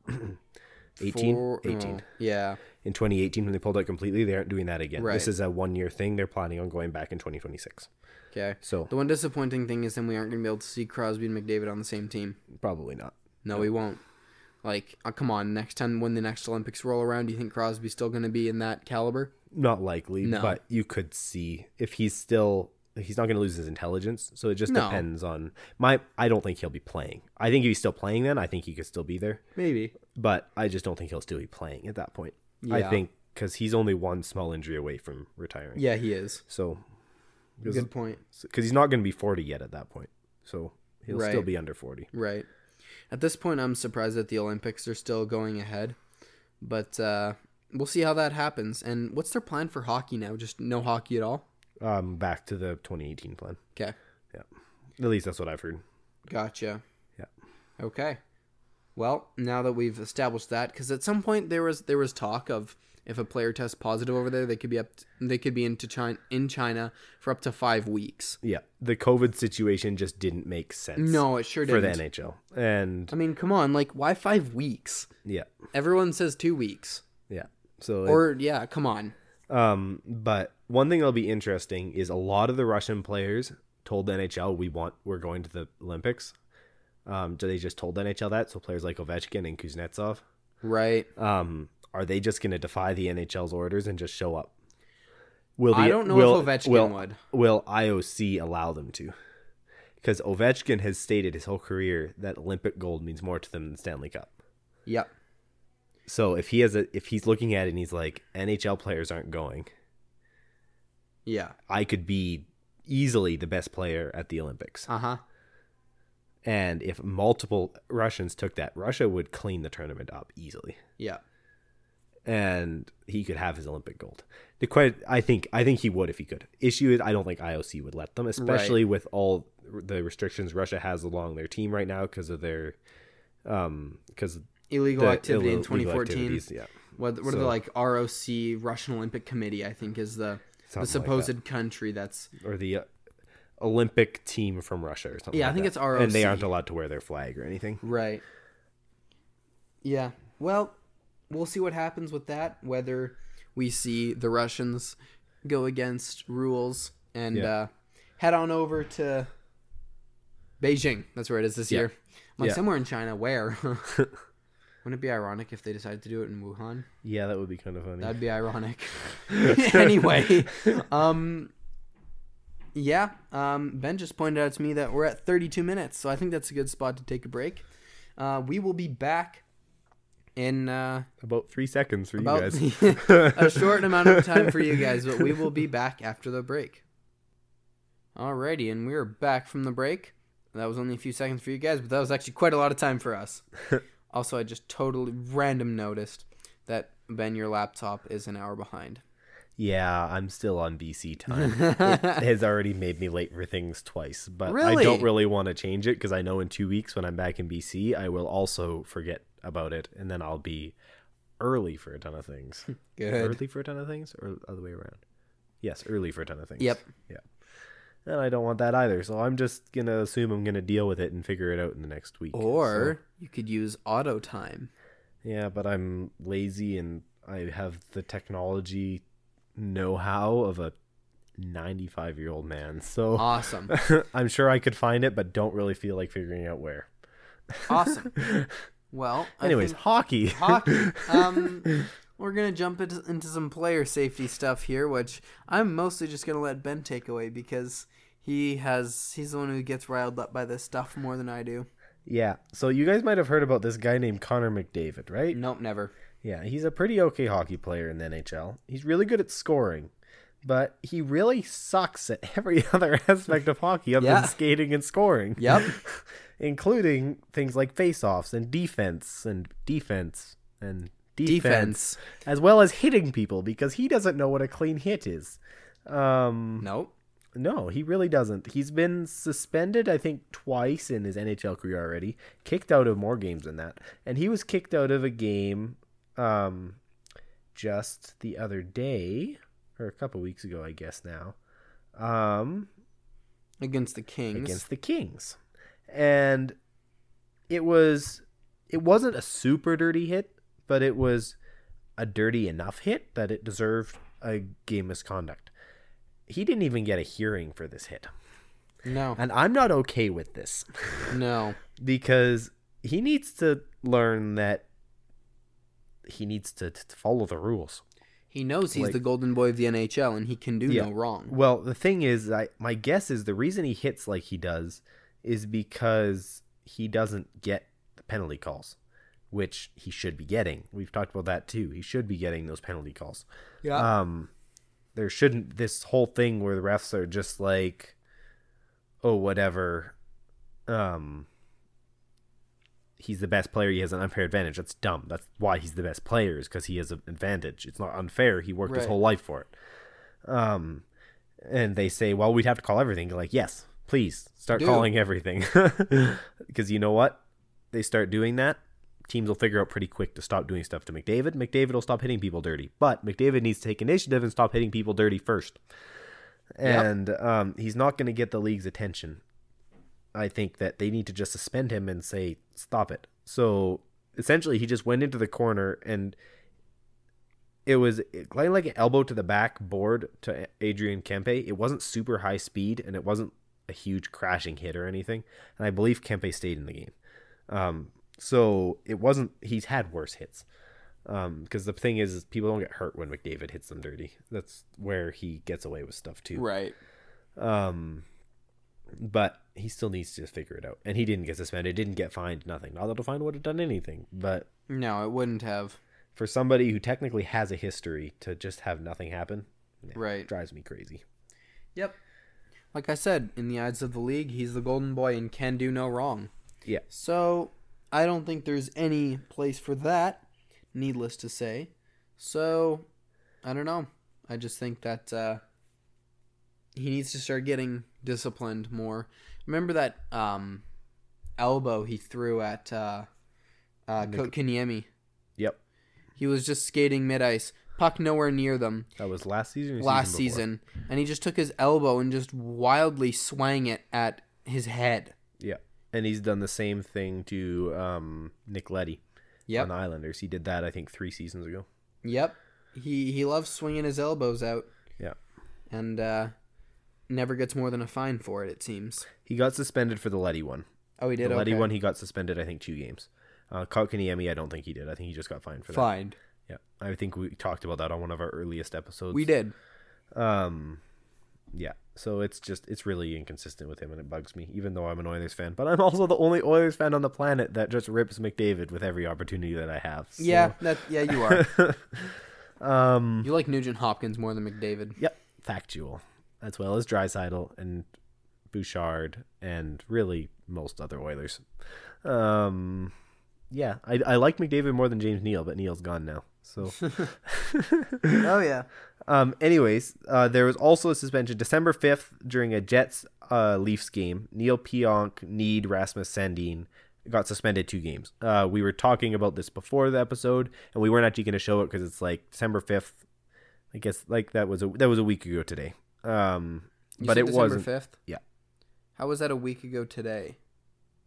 Speaker 2: 18?
Speaker 1: Four- uh, oh,
Speaker 2: 18.
Speaker 1: yeah.
Speaker 2: In 2018, when they pulled out completely, they aren't doing that again.
Speaker 1: Right.
Speaker 2: This is a one year thing. They're planning on going back in 2026.
Speaker 1: Okay.
Speaker 2: So
Speaker 1: The one disappointing thing is then we aren't going to be able to see Crosby and McDavid on the same team.
Speaker 2: probably not.
Speaker 1: No, we won't. Like, oh, come on, next time when the next Olympics roll around, do you think Crosby's still going to be in that caliber?
Speaker 2: Not likely,
Speaker 1: No.
Speaker 2: but you could see if he's still. He's not going to lose his intelligence, so it just
Speaker 1: No.
Speaker 2: depends on my. I don't think he'll be playing. I think if he's still playing, then I think he could still be there.
Speaker 1: Maybe.
Speaker 2: but I just don't think he'll still be playing at that point.
Speaker 1: Yeah.
Speaker 2: I think because he's only one small injury away from retiring.
Speaker 1: Yeah, he is.
Speaker 2: So, because
Speaker 1: Good point.
Speaker 2: he's not going to be 40 yet at that point. So he'll still
Speaker 1: Right.
Speaker 2: be under 40.
Speaker 1: Right. At this point, I'm surprised that the Olympics are still going ahead, but uh, we'll see how that happens. And what's their plan for hockey now? Just no hockey at all?
Speaker 2: Um, back to the 2018 plan.
Speaker 1: Okay.
Speaker 2: At least that's what I've heard.
Speaker 1: Gotcha.
Speaker 2: Yeah.
Speaker 1: Okay. Well, now that we've established that, because at some point there was there was talk of if a player tests positive over there, they could be up they could be into China in China for up to five weeks.
Speaker 2: Yeah, the COVID situation just didn't make sense.
Speaker 1: No, it sure
Speaker 2: for
Speaker 1: didn't.
Speaker 2: the NHL, and
Speaker 1: I mean, come on, like why five weeks?
Speaker 2: yeah,
Speaker 1: Everyone says two weeks,
Speaker 2: yeah. So it-
Speaker 1: or yeah, come on.
Speaker 2: Um, but one thing that'll be interesting is a lot of the Russian players told the NHL we want we're going to the Olympics. Um, do they just told the NHL that? So players like Ovechkin and Kuznetsov,
Speaker 1: Right.
Speaker 2: um, are they just going to defy the NHL's orders and just show up? Will
Speaker 1: I don't know if Ovechkin
Speaker 2: will,
Speaker 1: would.
Speaker 2: Will IOC allow them to? Because Ovechkin has stated his whole career that Olympic gold means more to them than Stanley Cup.
Speaker 1: Yep.
Speaker 2: So if he has a, if he's looking at it and he's like NHL players aren't going,
Speaker 1: Yeah.
Speaker 2: I could be easily the best player at the Olympics.
Speaker 1: Uh huh.
Speaker 2: And if multiple Russians took that, Russia would clean the tournament up easily.
Speaker 1: Yeah.
Speaker 2: And he could have his Olympic gold. The que- I think I think he would if he could. Issue is I don't think IOC would let them, especially with all the restrictions Russia has along their team right now because of their um because
Speaker 1: Illegal activity in 2014.
Speaker 2: Yeah.
Speaker 1: What, what are the
Speaker 2: So-
Speaker 1: like ROC Russian Olympic Committee? I think is the the
Speaker 2: Something like
Speaker 1: supposed country that's
Speaker 2: or the uh, Olympic team from Russia or something.
Speaker 1: Yeah, I
Speaker 2: like
Speaker 1: think
Speaker 2: that.
Speaker 1: it's
Speaker 2: And they
Speaker 1: ROC.
Speaker 2: aren't allowed to wear their flag or anything.
Speaker 1: right. Yeah. Well, we'll see what happens with that. Whether we see the Russians go against rules and
Speaker 2: Yeah.
Speaker 1: uh, head on over to Beijing. That's where it is this
Speaker 2: Yeah.
Speaker 1: year. I'm like
Speaker 2: Yeah.
Speaker 1: somewhere in China.
Speaker 2: *laughs*
Speaker 1: Where? Wouldn't it be ironic if they decided to do it in Wuhan?
Speaker 2: Yeah, that would be kind of funny.
Speaker 1: That'd be ironic. *laughs* anyway, um, yeah, um, Ben just pointed out to me that we're at 32 minutes, so I think that's a good spot to take a break. Uh, we will be back in uh,
Speaker 2: about three seconds for
Speaker 1: about *laughs*
Speaker 2: *laughs* you
Speaker 1: a
Speaker 2: guys.
Speaker 1: short amount of time for you guys, but we will be back after the break. Alrighty, and we're back from the break. That was only a few seconds for you guys, but that was actually quite a lot of time for
Speaker 2: *laughs*
Speaker 1: us. also, I just totally random noticed that Ben, your laptop is an hour behind.
Speaker 2: yeah, I'm still on BC time.
Speaker 1: *laughs*
Speaker 2: it has already made me late for things twice, but I
Speaker 1: Really?
Speaker 2: don't really want to change it because I know in two weeks when I'm back in BC, I will also forget about it, and then I'll be early for a ton of things.
Speaker 1: *laughs* Good.
Speaker 2: early for a ton of things, or the other way around? Yes, early for a ton of things.
Speaker 1: Yep.
Speaker 2: Yeah. And I don't want that either, so I'm just gonna assume I'm gonna deal with it and figure it out in the next week. so-
Speaker 1: Or you could use auto time.
Speaker 2: Yeah, but I'm lazy and I have the technology know how of a 95 year old man. So
Speaker 1: Awesome.
Speaker 2: *laughs* I'm sure I could find it, but don't really feel like figuring out where. *laughs*
Speaker 1: awesome. Well, I
Speaker 2: Anyways,
Speaker 1: think
Speaker 2: hockey.
Speaker 1: *laughs* hockey. Um, we're gonna jump into, into some player safety stuff here, which I'm mostly just gonna let Ben take away because he has he's the one who gets riled up by this stuff more than I do.
Speaker 2: *laughs* yeah, so you guys might have heard about this guy named Connor McDavid, right?
Speaker 1: Nope, never.
Speaker 2: Yeah, he's a pretty okay hockey player in the NHL. He's really good at scoring, but he really sucks at *laughs* every other aspect of hockey other
Speaker 1: Yeah.
Speaker 2: than skating and scoring.
Speaker 1: Yep.
Speaker 2: *laughs* including things like face-offs and defense and defense and defense,
Speaker 1: Defense.
Speaker 2: as well as hitting people because he doesn't know what a clean hit is. Um,
Speaker 1: Nope.
Speaker 2: no, he really doesn't. He's been suspended, I think, twice in his NHL career already. Kicked out of more games than that, and he was kicked out of a game um, just the other day or a couple weeks ago, I guess now. Um,
Speaker 1: Against the Kings.
Speaker 2: against the Kings. And it was it wasn't a super dirty hit, but it was a dirty enough hit that it deserved a game misconduct. He didn't even get a hearing for this hit.
Speaker 1: No.
Speaker 2: And I'm not okay with this *laughs*
Speaker 1: No.
Speaker 2: because he needs to learn that he needs to, to follow the rules.
Speaker 1: He knows he's
Speaker 2: Like-
Speaker 1: the golden boy of the NHL and he can do
Speaker 2: Yeah.
Speaker 1: no wrong.
Speaker 2: Well, the thing is, I, my guess is the reason he hits like he does is because he doesn't get the penalty calls, which he should be getting. We've talked about that too. He should be getting those penalty calls.
Speaker 1: Yeah.
Speaker 2: Um, there shouldn't this whole thing where the refs are just like, oh whatever, um, he's the best player. He has an unfair advantage. That's dumb. That's why he's the best player is because he has an advantage. It's not unfair. He worked his
Speaker 1: Right.
Speaker 2: whole life for it. Um, and they say, well, we'd have to call everything. You're like, yes, please start
Speaker 1: Do.
Speaker 2: calling everything, *laughs* because you know what? They start doing that. Teams will figure out pretty quick to stop doing stuff to McDavid. McDavid will stop hitting people dirty, but McDavid needs to take initiative and stop hitting people dirty first.
Speaker 1: Yep.
Speaker 2: And um, he's not going to get the league's attention. I think that they need to just suspend him and say, stop it. So essentially, he just went into the corner and it was kind of like an elbow to the back board to Adrian Kempe. It wasn't super high speed and it wasn't a huge crashing hit or anything. And I believe Kempe stayed in the game. Um, so it wasn't, he's had worse hits. Because the thing is, is, people don't get hurt when McDavid hits them dirty. That's where he gets away with stuff too.
Speaker 1: right.
Speaker 2: Um, but he still needs to figure it out. And he didn't get suspended, didn't get fined, nothing. Not that a fine would have done anything. But
Speaker 1: No, it wouldn't have.
Speaker 2: for somebody who technically has a history to just have nothing happen, nah,
Speaker 1: Right.
Speaker 2: drives me crazy.
Speaker 1: Yep. Like I said, in the eyes of the league, he's the golden boy and can do no wrong.
Speaker 2: Yeah.
Speaker 1: So I don't think there's any place for that, needless to say. So I don't know. I just think that uh, he needs to start getting disciplined more. Remember that um, elbow he threw at uh, uh, Nik- Kaniemi?
Speaker 2: Yep.
Speaker 1: He was just skating mid ice, puck nowhere near them
Speaker 2: That was last season. Or
Speaker 1: last
Speaker 2: before?
Speaker 1: season, and he just took his elbow and just wildly swang it at his head.
Speaker 2: Yeah. And he's done the same thing to um, Nick Letty on
Speaker 1: Yep,
Speaker 2: the Islanders. He did that, I think, three seasons ago.
Speaker 1: yep. He he loves swinging his elbows out.
Speaker 2: Yeah.
Speaker 1: and uh, never gets more than a fine for it. It seems.
Speaker 2: He got suspended for the Letty one.
Speaker 1: Oh, he
Speaker 2: The
Speaker 1: did.
Speaker 2: Letty
Speaker 1: Okay.
Speaker 2: one, he got suspended, I think, two games. Uh, Kotkaniemi, I don't think he did. I think he just got fined for that.
Speaker 1: Fine.
Speaker 2: Yeah, I think we talked about that on one of our earliest episodes.
Speaker 1: We did.
Speaker 2: Um, yeah. So it's just it's really inconsistent with him, and it bugs me. Even though I'm an Oilers fan, but I'm also the only Oilers fan on the planet that just rips McDavid with every opportunity that I have. so-
Speaker 1: Yeah, that. Yeah, you are.
Speaker 2: *laughs* um.
Speaker 1: you like Nugent Hopkins more than McDavid.
Speaker 2: Yep. Factual, as well as Drysidle and Bouchard, and really most other Oilers. Um. Yeah, I, I like McDavid more than James Neal, but Neal's gone now. So *laughs*
Speaker 1: Oh yeah.
Speaker 2: Um, anyways, uh, there was also a suspension December 5th during a Jets uh, Leafs game. Neil Pionk, Need, Rasmus Sandin got suspended two games. Uh, we were talking about this before the episode, and we weren't actually going to show it because it's like December 5th. I guess like that was a that was a week ago today. Um,
Speaker 1: You
Speaker 2: but
Speaker 1: said
Speaker 2: it
Speaker 1: December
Speaker 2: wasn't.
Speaker 1: fifth.
Speaker 2: Yeah.
Speaker 1: How was that a week ago today?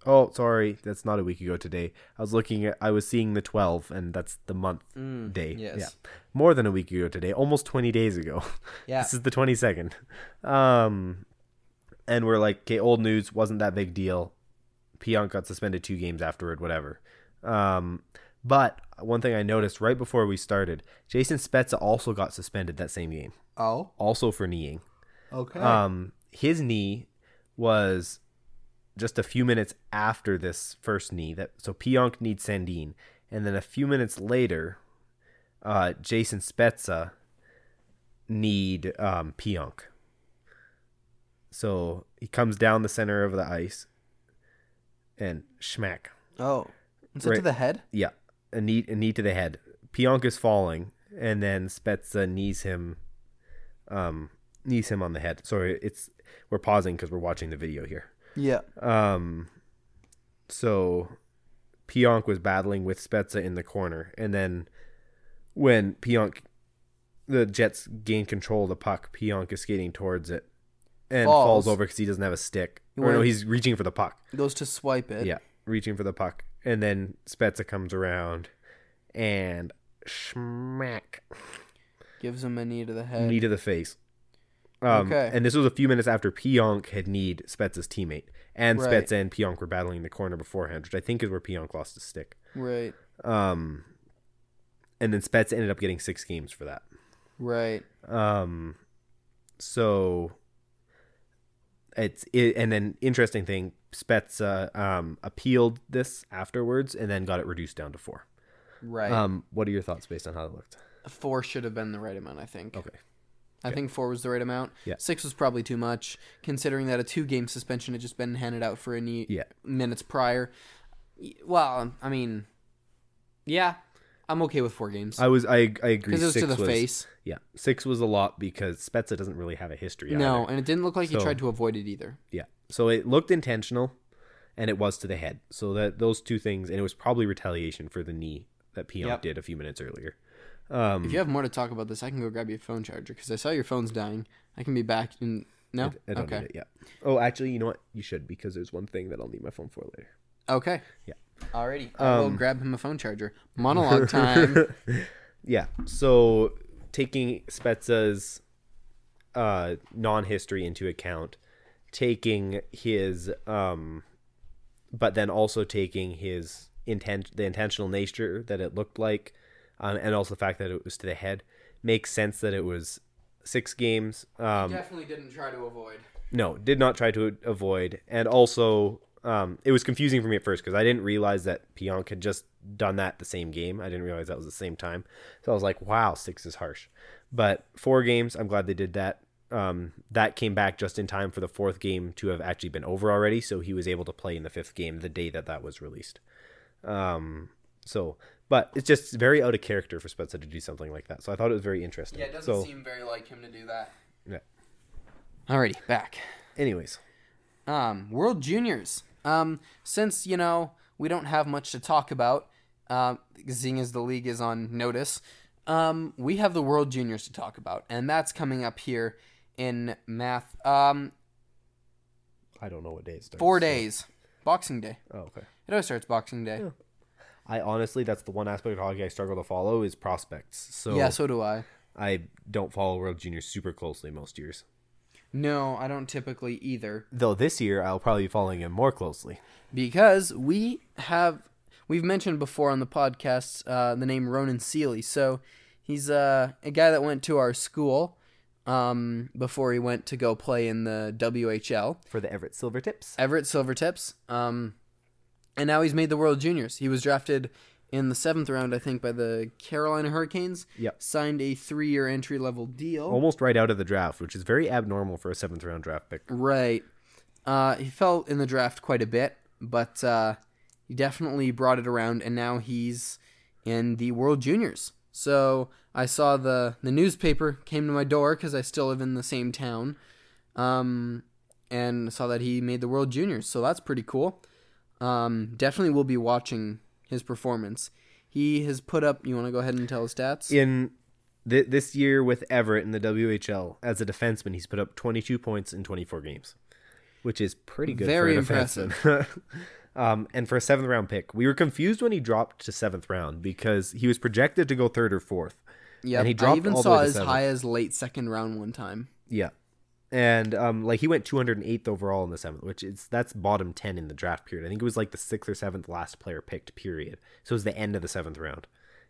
Speaker 2: Oh, sorry, that's not a week ago today. I was looking at I was seeing the 12, and that's the month
Speaker 1: Mm,
Speaker 2: day.
Speaker 1: yes.
Speaker 2: Yeah, more than a week ago today, almost 20 days ago.
Speaker 1: Yeah.
Speaker 2: This is the 22nd. Um, and we're like, okay, old news wasn't that big deal. Pionk got suspended two games afterward, whatever. Um, but one thing I noticed right before we started, Jason Spezza also got suspended that same game,
Speaker 1: Oh.
Speaker 2: also for kneeing.
Speaker 1: Okay.
Speaker 2: Um, his knee was just a few minutes after this first knee that so Pionk kneed Sandine, and then a few minutes later, uh, Jason Spezza kneed um, Pionk. So he comes down the center of the ice, and schmack.
Speaker 1: oh. Is it to
Speaker 2: right.
Speaker 1: the head?
Speaker 2: Yeah, a knee, a knee to the head. Pionk is falling, and then Spezza knees him, um, knees him on the head. Sorry, it's we're pausing because we're watching the video here.
Speaker 1: Yeah.
Speaker 2: Um, so Pionk was battling with Spezza in the corner, and then when Pionk, the Jets gain control of the puck, Pionk is skating towards it and falls,
Speaker 1: Falls.
Speaker 2: over because he doesn't have a stick.
Speaker 1: He
Speaker 2: or no,
Speaker 1: wanted-
Speaker 2: he's reaching for the puck.
Speaker 1: Goes to swipe it.
Speaker 2: Yeah, reaching for the puck, and then Spezza comes around and smack
Speaker 1: Gives him a knee to the head.
Speaker 2: knee to the face. Um,
Speaker 1: Okay.
Speaker 2: And this was a few minutes after Pionk had kneed Spetz's teammate, and
Speaker 1: Right.
Speaker 2: Spetz and Pionk were battling in the corner beforehand, which I think is where Pionk lost his stick.
Speaker 1: Right.
Speaker 2: Um, and then Spetz ended up getting six games for that.
Speaker 1: Right.
Speaker 2: Um, so it's it, and then interesting thing, Spetz uh, um, appealed this afterwards and then got it reduced down to four.
Speaker 1: Right.
Speaker 2: Um, what are your thoughts based on how it looked?
Speaker 1: four should have been the right amount, I think.
Speaker 2: Okay.
Speaker 1: I think four was the right amount.
Speaker 2: Yeah.
Speaker 1: Six was probably too much, considering that a two game suspension had just been handed out for any
Speaker 2: Yeah.
Speaker 1: minutes prior. Y- Well, I mean, yeah, I'm okay with four games.
Speaker 2: I was I I agree.
Speaker 1: Because it was
Speaker 2: Six
Speaker 1: to the
Speaker 2: was-
Speaker 1: face.
Speaker 2: Yeah, six was a lot because Spezza doesn't really have a history.
Speaker 1: No,
Speaker 2: either.
Speaker 1: and it didn't look like
Speaker 2: So-
Speaker 1: he tried to avoid it either.
Speaker 2: Yeah, so it looked intentional, and it was to the head. So that those two things, and it was probably retaliation for the knee that Pionk
Speaker 1: Yep.
Speaker 2: did a few minutes earlier. Um,
Speaker 1: If you have more to talk about this, I can go grab your phone charger because I saw your phone's dying. I can be back in. No?
Speaker 2: I don't
Speaker 1: okay.
Speaker 2: need it yet. Oh, actually, you know what? You should because there's one thing that I'll need my phone for later.
Speaker 1: Okay.
Speaker 2: Yeah. Um,
Speaker 1: Alrighty. I will grab him a phone charger.
Speaker 2: *laughs*
Speaker 1: Monologue time.
Speaker 2: Yeah. So taking Spezza's uh, non-history into account, taking his, um, but then also taking his intent, the intentional nature that it looked like, um, and also the fact that it was to the head, makes sense that it was six games. Um,
Speaker 1: Definitely didn't try to avoid.
Speaker 2: no, did not try to avoid, and also um, it was confusing for me at first because I didn't realize that Pionk had just done that the same game. I didn't realize that was the same time, so I was like, "Wow, six is harsh." But four games, I'm glad they did that. Um, that came back just in time for the fourth game to have actually been over already, so he was able to play in the fifth game the day that that was released. Um, so, but it's just very out of character for Spezza to do something like that. So I thought it was very interesting. so,
Speaker 1: seem very like him to do that.
Speaker 2: Yeah.
Speaker 1: Alrighty, back.
Speaker 2: Anyways,
Speaker 1: Um, World Juniors. Um, since you know we don't have much to talk about, um, seeing as the league is on notice, um, we have the World Juniors to talk about, and that's coming up here in math. Um,
Speaker 2: I don't know what day it starts.
Speaker 1: four
Speaker 2: so-
Speaker 1: days, Boxing Day.
Speaker 2: Oh, okay.
Speaker 1: It always starts Boxing Day.
Speaker 2: I honestly, that's the one aspect of hockey I struggle to follow is prospects. So
Speaker 1: yeah, so do I.
Speaker 2: I don't follow World Juniors super closely most years.
Speaker 1: No, I don't typically either.
Speaker 2: Though this year I'll probably be following him more closely.
Speaker 1: because we have we've mentioned before on the podcast uh, the name Ronan Seely. So he's uh, a guy that went to our school um, before he went to go play in the WHL.
Speaker 2: For the Everett Silver Tips.
Speaker 1: Everett Silvertips, um, and now he's made the World Juniors. He was drafted in the seventh round, I think, by the Carolina Hurricanes.
Speaker 2: Yep.
Speaker 1: Signed a three-year entry-level deal.
Speaker 2: Almost right out of the draft, which is very abnormal for a seventh round draft pick.
Speaker 1: Right. Uh, he fell in the draft quite a bit, but uh, he definitely brought it around, and now he's in the World Juniors. So I saw the the newspaper came to my door because I still live in the same town, um, and saw that he made the World Juniors. So that's pretty cool. Um, definitely will be watching his performance. He has put up. You want to go ahead and tell his stats?
Speaker 2: In th- this year with Everett in the WHL, as a defenseman, he's put up 22 points in 24 games, which is pretty good.
Speaker 1: Very
Speaker 2: for a defenseman. *laughs* um, and for a seventh round pick, we were confused when he dropped to seventh round because he was projected to go third or fourth.
Speaker 1: Yeah.
Speaker 2: and
Speaker 1: I
Speaker 2: he dropped
Speaker 1: even
Speaker 2: all the
Speaker 1: saw
Speaker 2: way to
Speaker 1: as
Speaker 2: seventh.
Speaker 1: high as late second round one time.
Speaker 2: Yeah. And um, like he went 208th overall in the seventh, which is that's bottom 10 in the draft period. I think it was like the sixth or seventh last player picked period. So it was the end of the seventh round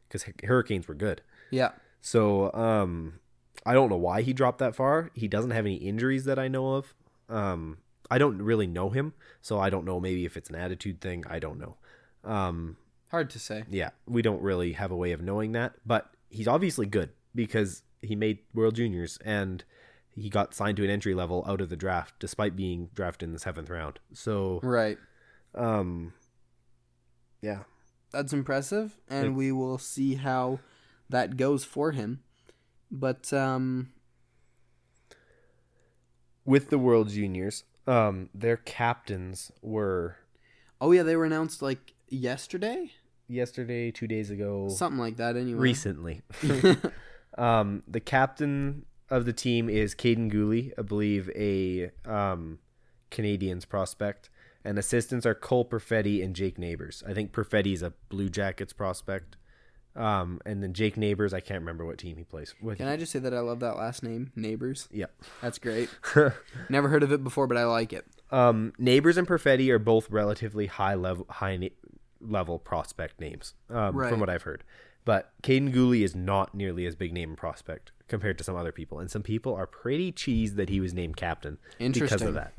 Speaker 2: because Hurricanes were good.
Speaker 1: Yeah.
Speaker 2: So um, I don't know why he dropped that far. He doesn't have any injuries that I know of. Um, I don't really know him, so I don't know. Maybe if it's an attitude thing, I don't know. Um,
Speaker 1: Hard to say.
Speaker 2: yeah, we don't really have a way of knowing that, but he's obviously good because he made World Juniors and he got signed to an entry level out of the draft despite being drafted in the seventh round. So,
Speaker 1: Right.
Speaker 2: um, yeah,
Speaker 1: that's impressive, and
Speaker 2: Thanks.
Speaker 1: we will see how that goes for him. But um,
Speaker 2: with the World Juniors, um, their captains were
Speaker 1: oh yeah, they were announced like yesterday,
Speaker 2: yesterday, two days ago,
Speaker 1: something like that. Anyway, *laughs*
Speaker 2: recently. Um, the captain of the team is Caden Gooley, I believe a um, Canadians prospect. And assistants are Cole Perfetti and Jake Neighbors. I think Perfetti is a Blue Jackets prospect. Um, and then Jake Neighbors, I can't remember what team he plays. What,
Speaker 1: Can I just say that I love that last name, Neighbors? *laughs*
Speaker 2: yeah. *laughs*
Speaker 1: That's great. Never heard of it before, but I like it.
Speaker 2: um, Neighbors and Perfetti are both relatively high level high na- level prospect names, um,
Speaker 1: Right.
Speaker 2: from what I've heard. But Caden Gooley is not nearly as big name a prospect compared to some other people, and some people are pretty cheesed that he was named captain because
Speaker 1: Interesting.
Speaker 2: of that.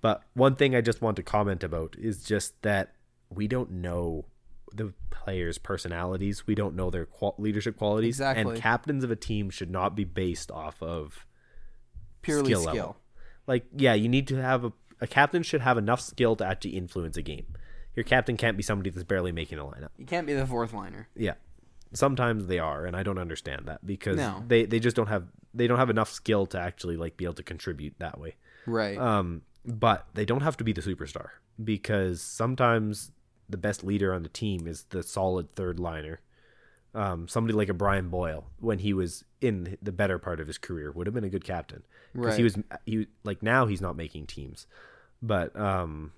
Speaker 2: But one thing I just want to comment about is just that we don't know the players' personalities. We don't know their qual- leadership qualities,
Speaker 1: Exactly.
Speaker 2: and captains of a team should not be based off of
Speaker 1: Purely
Speaker 2: Skill
Speaker 1: skill.
Speaker 2: level. like yeah you need to have a, a captain should have enough skill to actually influence a game your captain can't be somebody that's barely making a lineup
Speaker 1: You can't be the fourth liner.
Speaker 2: yeah sometimes they are and i don't understand that because
Speaker 1: No.
Speaker 2: they, they just don't have they don't have enough skill to actually like be able to contribute that way
Speaker 1: Right.
Speaker 2: um but they don't have to be the superstar because sometimes the best leader on the team is the solid third liner um, somebody like a Brian Boyle, when he was in the better part of his career, would have been a good captain because
Speaker 1: Right.
Speaker 2: he was he like now he's not making teams, but um,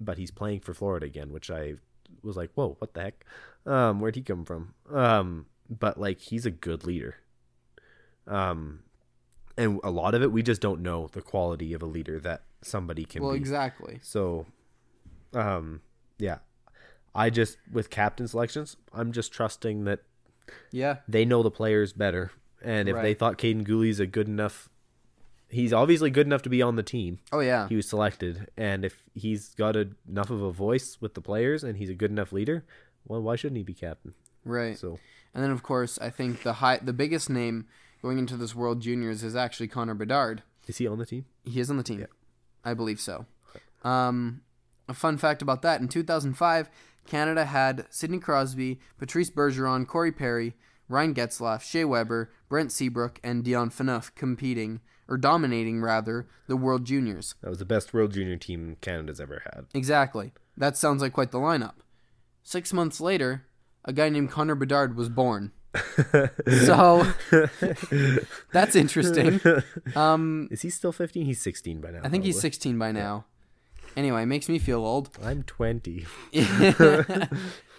Speaker 2: but he's playing for Florida again, which I was like, whoa, what the heck? Um, where'd he come from? Um, but like he's a good leader. Um, and a lot of it we just don't know the quality of a leader that somebody can
Speaker 1: well,
Speaker 2: be.
Speaker 1: exactly.
Speaker 2: So, um, yeah, I just with captain selections, I'm just trusting that
Speaker 1: Yeah.
Speaker 2: they know the players better. And if they
Speaker 1: Right.
Speaker 2: thought Caden Gooley's a good enough, he's obviously good enough to be on the team.
Speaker 1: Oh yeah.
Speaker 2: He was selected, and if he's got a, enough of a voice with the players, and he's a good enough leader, well, why shouldn't he be captain?
Speaker 1: Right.
Speaker 2: So
Speaker 1: And then of course, I think the high, the biggest name going into this World Juniors is actually Connor Bedard.
Speaker 2: is he on the team?
Speaker 1: He is on the team. I believe so. Um, a fun fact about that in 2005, Canada had Sidney Crosby, Patrice Bergeron, Corey Perry, Ryan Getzlaff, Shea Weber, Brent Seabrook, and Dion Phaneuf competing, or dominating rather, the World Juniors.
Speaker 2: That was the best World Junior team Canada's ever had.
Speaker 1: Exactly. That sounds like quite the lineup. Six months later, a guy named Connor Bedard was born. so that's interesting. Um,
Speaker 2: Is he still 15? He's 16 by now.
Speaker 1: I think he's 16 by now. Anyway, makes me feel old.
Speaker 2: I'm 20.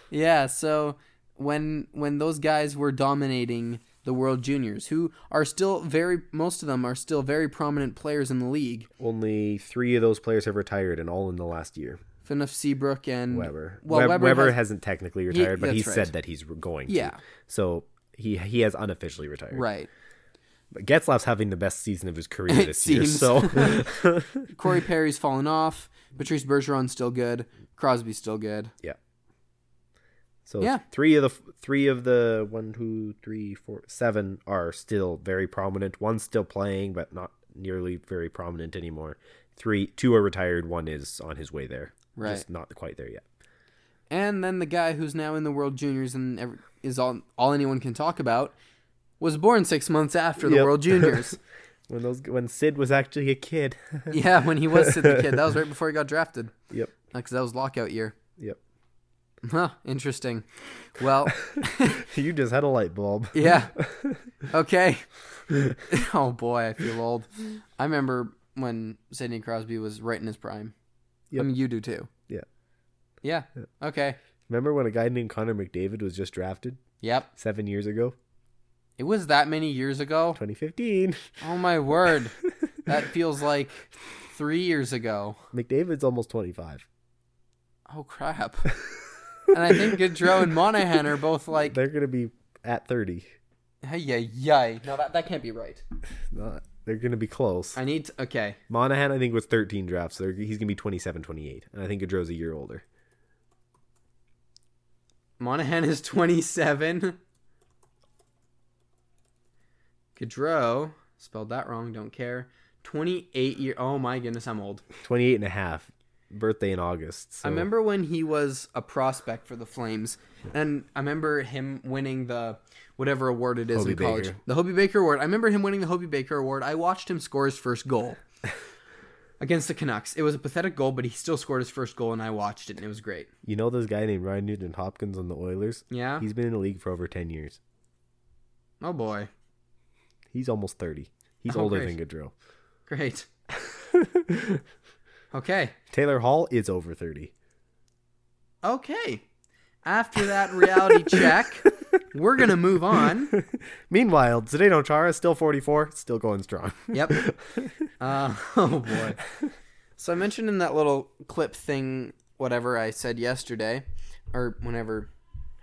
Speaker 1: yeah, so when when those guys were dominating the World Juniors, who are still very most of them are still very prominent players in the league.
Speaker 2: Only three of those players have retired, and all in the last year.
Speaker 1: Finnef Seabrook and
Speaker 2: Weber.
Speaker 1: Well,
Speaker 2: Web-
Speaker 1: Weber,
Speaker 2: Weber,
Speaker 1: has,
Speaker 2: hasn't technically retired, but he
Speaker 1: that's
Speaker 2: said
Speaker 1: right.
Speaker 2: that he's going to.
Speaker 1: Yeah.
Speaker 2: So he he has unofficially
Speaker 1: *laughs*
Speaker 2: retired.
Speaker 1: right.
Speaker 2: But Getzlaff's having the best season of his career this year.
Speaker 1: seems. *laughs*
Speaker 2: So *laughs*
Speaker 1: Corey Perry's fallen off. Patrice Bergeron's still good. Crosby's still good.
Speaker 2: yeah. So
Speaker 1: Yeah.
Speaker 2: three of the three of the one, two, three, four, seven are still very prominent. One's still playing, but not nearly very prominent anymore. Three, two are retired. One is on his way there.
Speaker 1: Right.
Speaker 2: Just not quite there yet.
Speaker 1: And then the guy who's now in the World Juniors and ev is all all anyone can talk about was born six months after the
Speaker 2: Yep. *laughs*
Speaker 1: World Juniors.
Speaker 2: When those when Sid was actually a kid. *laughs*
Speaker 1: yeah, when he was Sid the kid, that was right before he got drafted.
Speaker 2: yep.
Speaker 1: Because that was lockout year.
Speaker 2: Yep.
Speaker 1: Huh, interesting. Well,
Speaker 2: You just had a light bulb.
Speaker 1: yeah.
Speaker 2: *laughs*
Speaker 1: Okay. oh boy, I feel old. I remember when Sidney Crosby was right in his prime. I
Speaker 2: Yep.
Speaker 1: mean, you do too.
Speaker 2: Yeah.
Speaker 1: Yeah. Okay.
Speaker 2: Remember when a guy named Connor McDavid was just drafted
Speaker 1: Yep.
Speaker 2: seven years ago,
Speaker 1: It was that many years ago.
Speaker 2: 2015?
Speaker 1: Oh my word. that feels like three years ago.
Speaker 2: *laughs* McDavid's almost 25.
Speaker 1: Oh crap. and I think Gaudreau and Monahan are both
Speaker 2: *laughs*
Speaker 1: like,
Speaker 2: They're gonna be at 30.
Speaker 1: hey, yay, yay. No, that, that can't be right.
Speaker 2: Not. They're gonna be close.
Speaker 1: I need, to, okay.
Speaker 2: Monahan, I think, was 13 drafts. So he's gonna be 27, 28, and I think Gaudreau's a year older.
Speaker 1: Monahan is 27. Gaudreau, spelled that wrong, don't care. 28 year. Oh my goodness, I'm old.
Speaker 2: 28 and a half. Birthday in August. So
Speaker 1: I remember when he was a prospect for the Flames, and I remember him winning the whatever award it is
Speaker 2: Hobey
Speaker 1: in college,
Speaker 2: Baker.
Speaker 1: the Hobie Baker Award. I remember him winning the Hobie Baker Award. I watched him score his first
Speaker 2: *laughs*
Speaker 1: goal against the Canucks. It was a pathetic goal, but he still scored his first goal, and I watched it, and it was great.
Speaker 2: You know this guy named Ryan Nugent Hopkins on the Oilers?
Speaker 1: Yeah.
Speaker 2: He's been in the league for over 10 years.
Speaker 1: oh boy,
Speaker 2: He's almost 30. He's
Speaker 1: Oh,
Speaker 2: older
Speaker 1: great.
Speaker 2: than Gaudreau.
Speaker 1: great. okay.
Speaker 2: *laughs* Taylor Hall is over 30.
Speaker 1: Okay. After that reality check, We're gonna move on.
Speaker 2: Meanwhile, Zdeno Chara still 44, still going strong. *laughs*
Speaker 1: Yep. Uh, *laughs* oh boy. So I mentioned in that little clip thing, whatever I said yesterday, or whenever.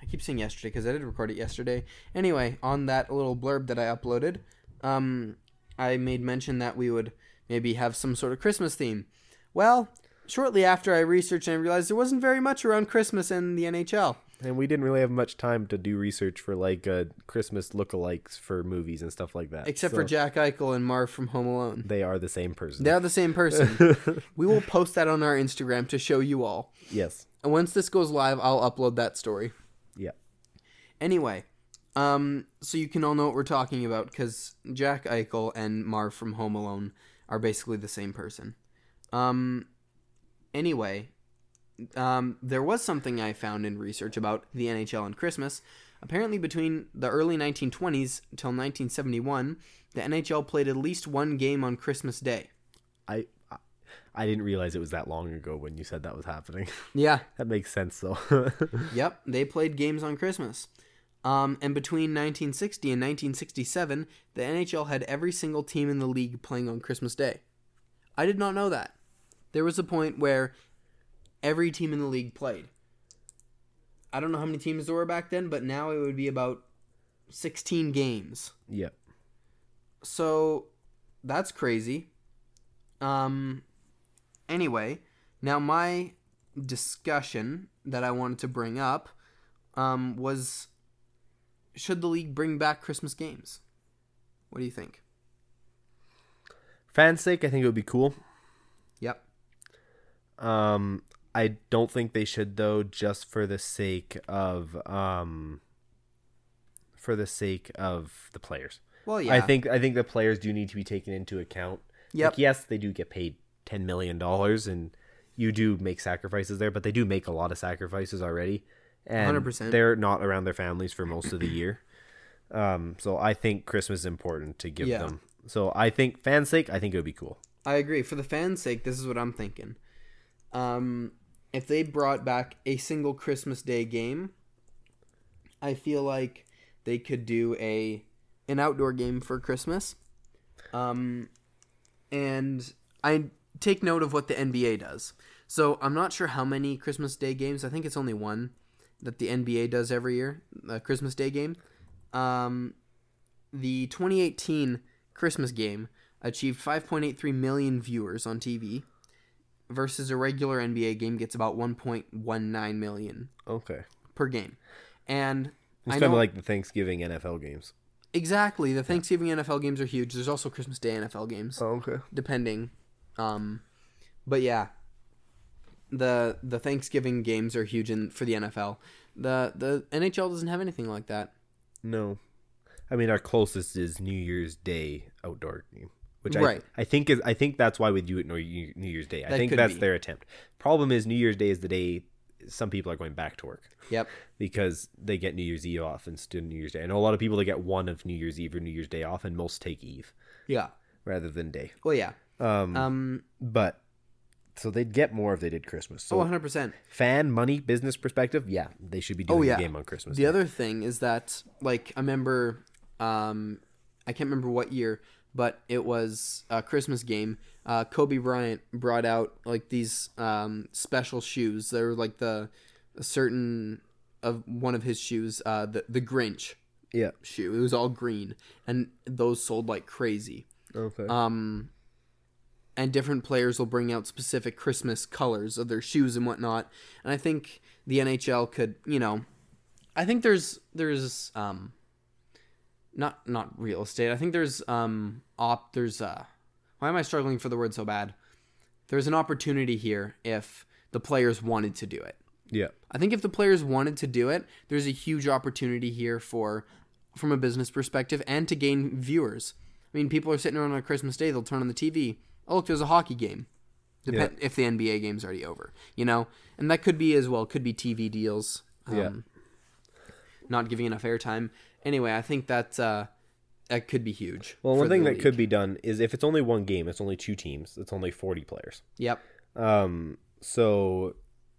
Speaker 1: I keep saying yesterday because I did record it yesterday. Anyway, on that little blurb that I uploaded, um, I made mention that we would maybe have some sort of Christmas theme. Well, shortly after I researched and I realized there wasn't very much around Christmas in the NHL.
Speaker 2: And we didn't really have much time to do research for like uh, Christmas lookalikes for movies and stuff like that.
Speaker 1: Except
Speaker 2: So
Speaker 1: for Jack Eichel and Marv from Home Alone.
Speaker 2: they are the same person.
Speaker 1: They're the same person. we will post that on our Instagram to show you all.
Speaker 2: yes.
Speaker 1: And once this goes live, I'll upload that story.
Speaker 2: Yeah.
Speaker 1: Anyway, um, so you can all know what we're talking about because Jack Eichel and Marv from Home Alone are basically the same person. Um, anyway, um, there was something I found in research about the NHL and Christmas. Apparently, between the early 1920s till 1971, the NHL played at least one game on Christmas Day.
Speaker 2: I I- I didn't realize it was that long ago when you said that was happening. *laughs*
Speaker 1: Yeah,
Speaker 2: that makes sense though. *laughs*
Speaker 1: Yep, they played games on Christmas. Um, and between 1960 and 1967, the NHL had every single team in the league playing on Christmas Day. I did not know that. There was a point where every team in the league played. I don't know how many teams there were back then, but now it would be about 16 games.
Speaker 2: yep.
Speaker 1: So that's crazy. Um anyway, now my discussion that I wanted to bring up um was should the league bring back Christmas games? What do you think?
Speaker 2: Fans' sake, I think it would be cool.
Speaker 1: Yep.
Speaker 2: Um, I don't think they should though, just for the sake of um, for the sake of the players.
Speaker 1: Well, yeah.
Speaker 2: I think I think the players do need to be taken into account.
Speaker 1: Yep.
Speaker 2: Like, yes, they do get paid ten million dollars, and you do make sacrifices there, but they do make a lot of sacrifices already, and
Speaker 1: 100%.
Speaker 2: they're not around their families for most of the year. Um, so I think Christmas is important to give
Speaker 1: Yeah.
Speaker 2: them. So I think fans' sake, I think it would be cool.
Speaker 1: I agree. For the fans' sake, this is what I'm thinking. Um, if they brought back a single Christmas Day game, I feel like they could do a an outdoor game for Christmas. Um, and I take note of what the NBA does. So I'm not sure how many Christmas Day games. I think it's only one that the NBA does every year, a Christmas Day game. Um, the 2018 Christmas game achieved 5.83 million viewers on TV versus a regular NBA game gets about 1.19 million
Speaker 2: Okay,
Speaker 1: per game. And
Speaker 2: it's
Speaker 1: I
Speaker 2: kind of
Speaker 1: know
Speaker 2: like the Thanksgiving NFL games.
Speaker 1: exactly the Thanksgiving NFL games are huge. There's also Christmas Day NFL games
Speaker 2: Oh, okay.
Speaker 1: depending. Um, but yeah, the the Thanksgiving games are huge in, for the NFL. The the NHL doesn't have anything like that.
Speaker 2: No. I mean our closest is New Year's Day outdoor game, which I
Speaker 1: Right.
Speaker 2: I think is I think that's why we do it New Year- New Year's Day. I
Speaker 1: That
Speaker 2: think
Speaker 1: could
Speaker 2: that's
Speaker 1: be.
Speaker 2: their attempt. Problem is New Year's Day is the day some people are going back to work *laughs*
Speaker 1: Yep.
Speaker 2: because they get New Year's Eve off instead of New Year's Day. I know a lot of people that get one of New Year's Eve or New Year's Day off, and most take Eve
Speaker 1: Yeah.
Speaker 2: rather than day.
Speaker 1: Well, yeah.
Speaker 2: Um,
Speaker 1: Um.
Speaker 2: but so they'd get more if they did Christmas.
Speaker 1: Oh,
Speaker 2: So
Speaker 1: 100 percent.
Speaker 2: fan money business perspective, yeah, they should be doing
Speaker 1: Oh, yeah.
Speaker 2: the game on Christmas.
Speaker 1: The
Speaker 2: Day.
Speaker 1: other thing is that, like, I remember, um, I can't remember what year, but it was a Christmas game. Uh, Kobe Bryant brought out like these um, special shoes. They were like the a certain of one of his shoes, uh, the the Grinch
Speaker 2: yeah.
Speaker 1: shoe. It was all green, and those sold like crazy.
Speaker 2: Okay.
Speaker 1: Um, and different players will bring out specific Christmas colors of their shoes and whatnot. And I think the NHL could, you know, I think there's there's um, not not real estate. I think there's um op there's uh, why am I struggling for the word so bad? There's an opportunity here if the players wanted to do it.
Speaker 2: yeah.
Speaker 1: I think if the players wanted to do it, there's a huge opportunity here for from a business perspective and to gain viewers. I mean, people are sitting around on Christmas Day, they'll turn on the TV. Oh, look, there's a hockey game. Depend if the NBA game's already over, you know? And that could be as well, could be TV deals. Um,
Speaker 2: Yeah.
Speaker 1: Not giving enough airtime. Anyway, I think that uh, that could be huge.
Speaker 2: Well,
Speaker 1: for
Speaker 2: one thing
Speaker 1: the
Speaker 2: that
Speaker 1: league.
Speaker 2: could be done is if it's only one game, it's only two teams, it's only 40 players.
Speaker 1: Yep.
Speaker 2: Um, so,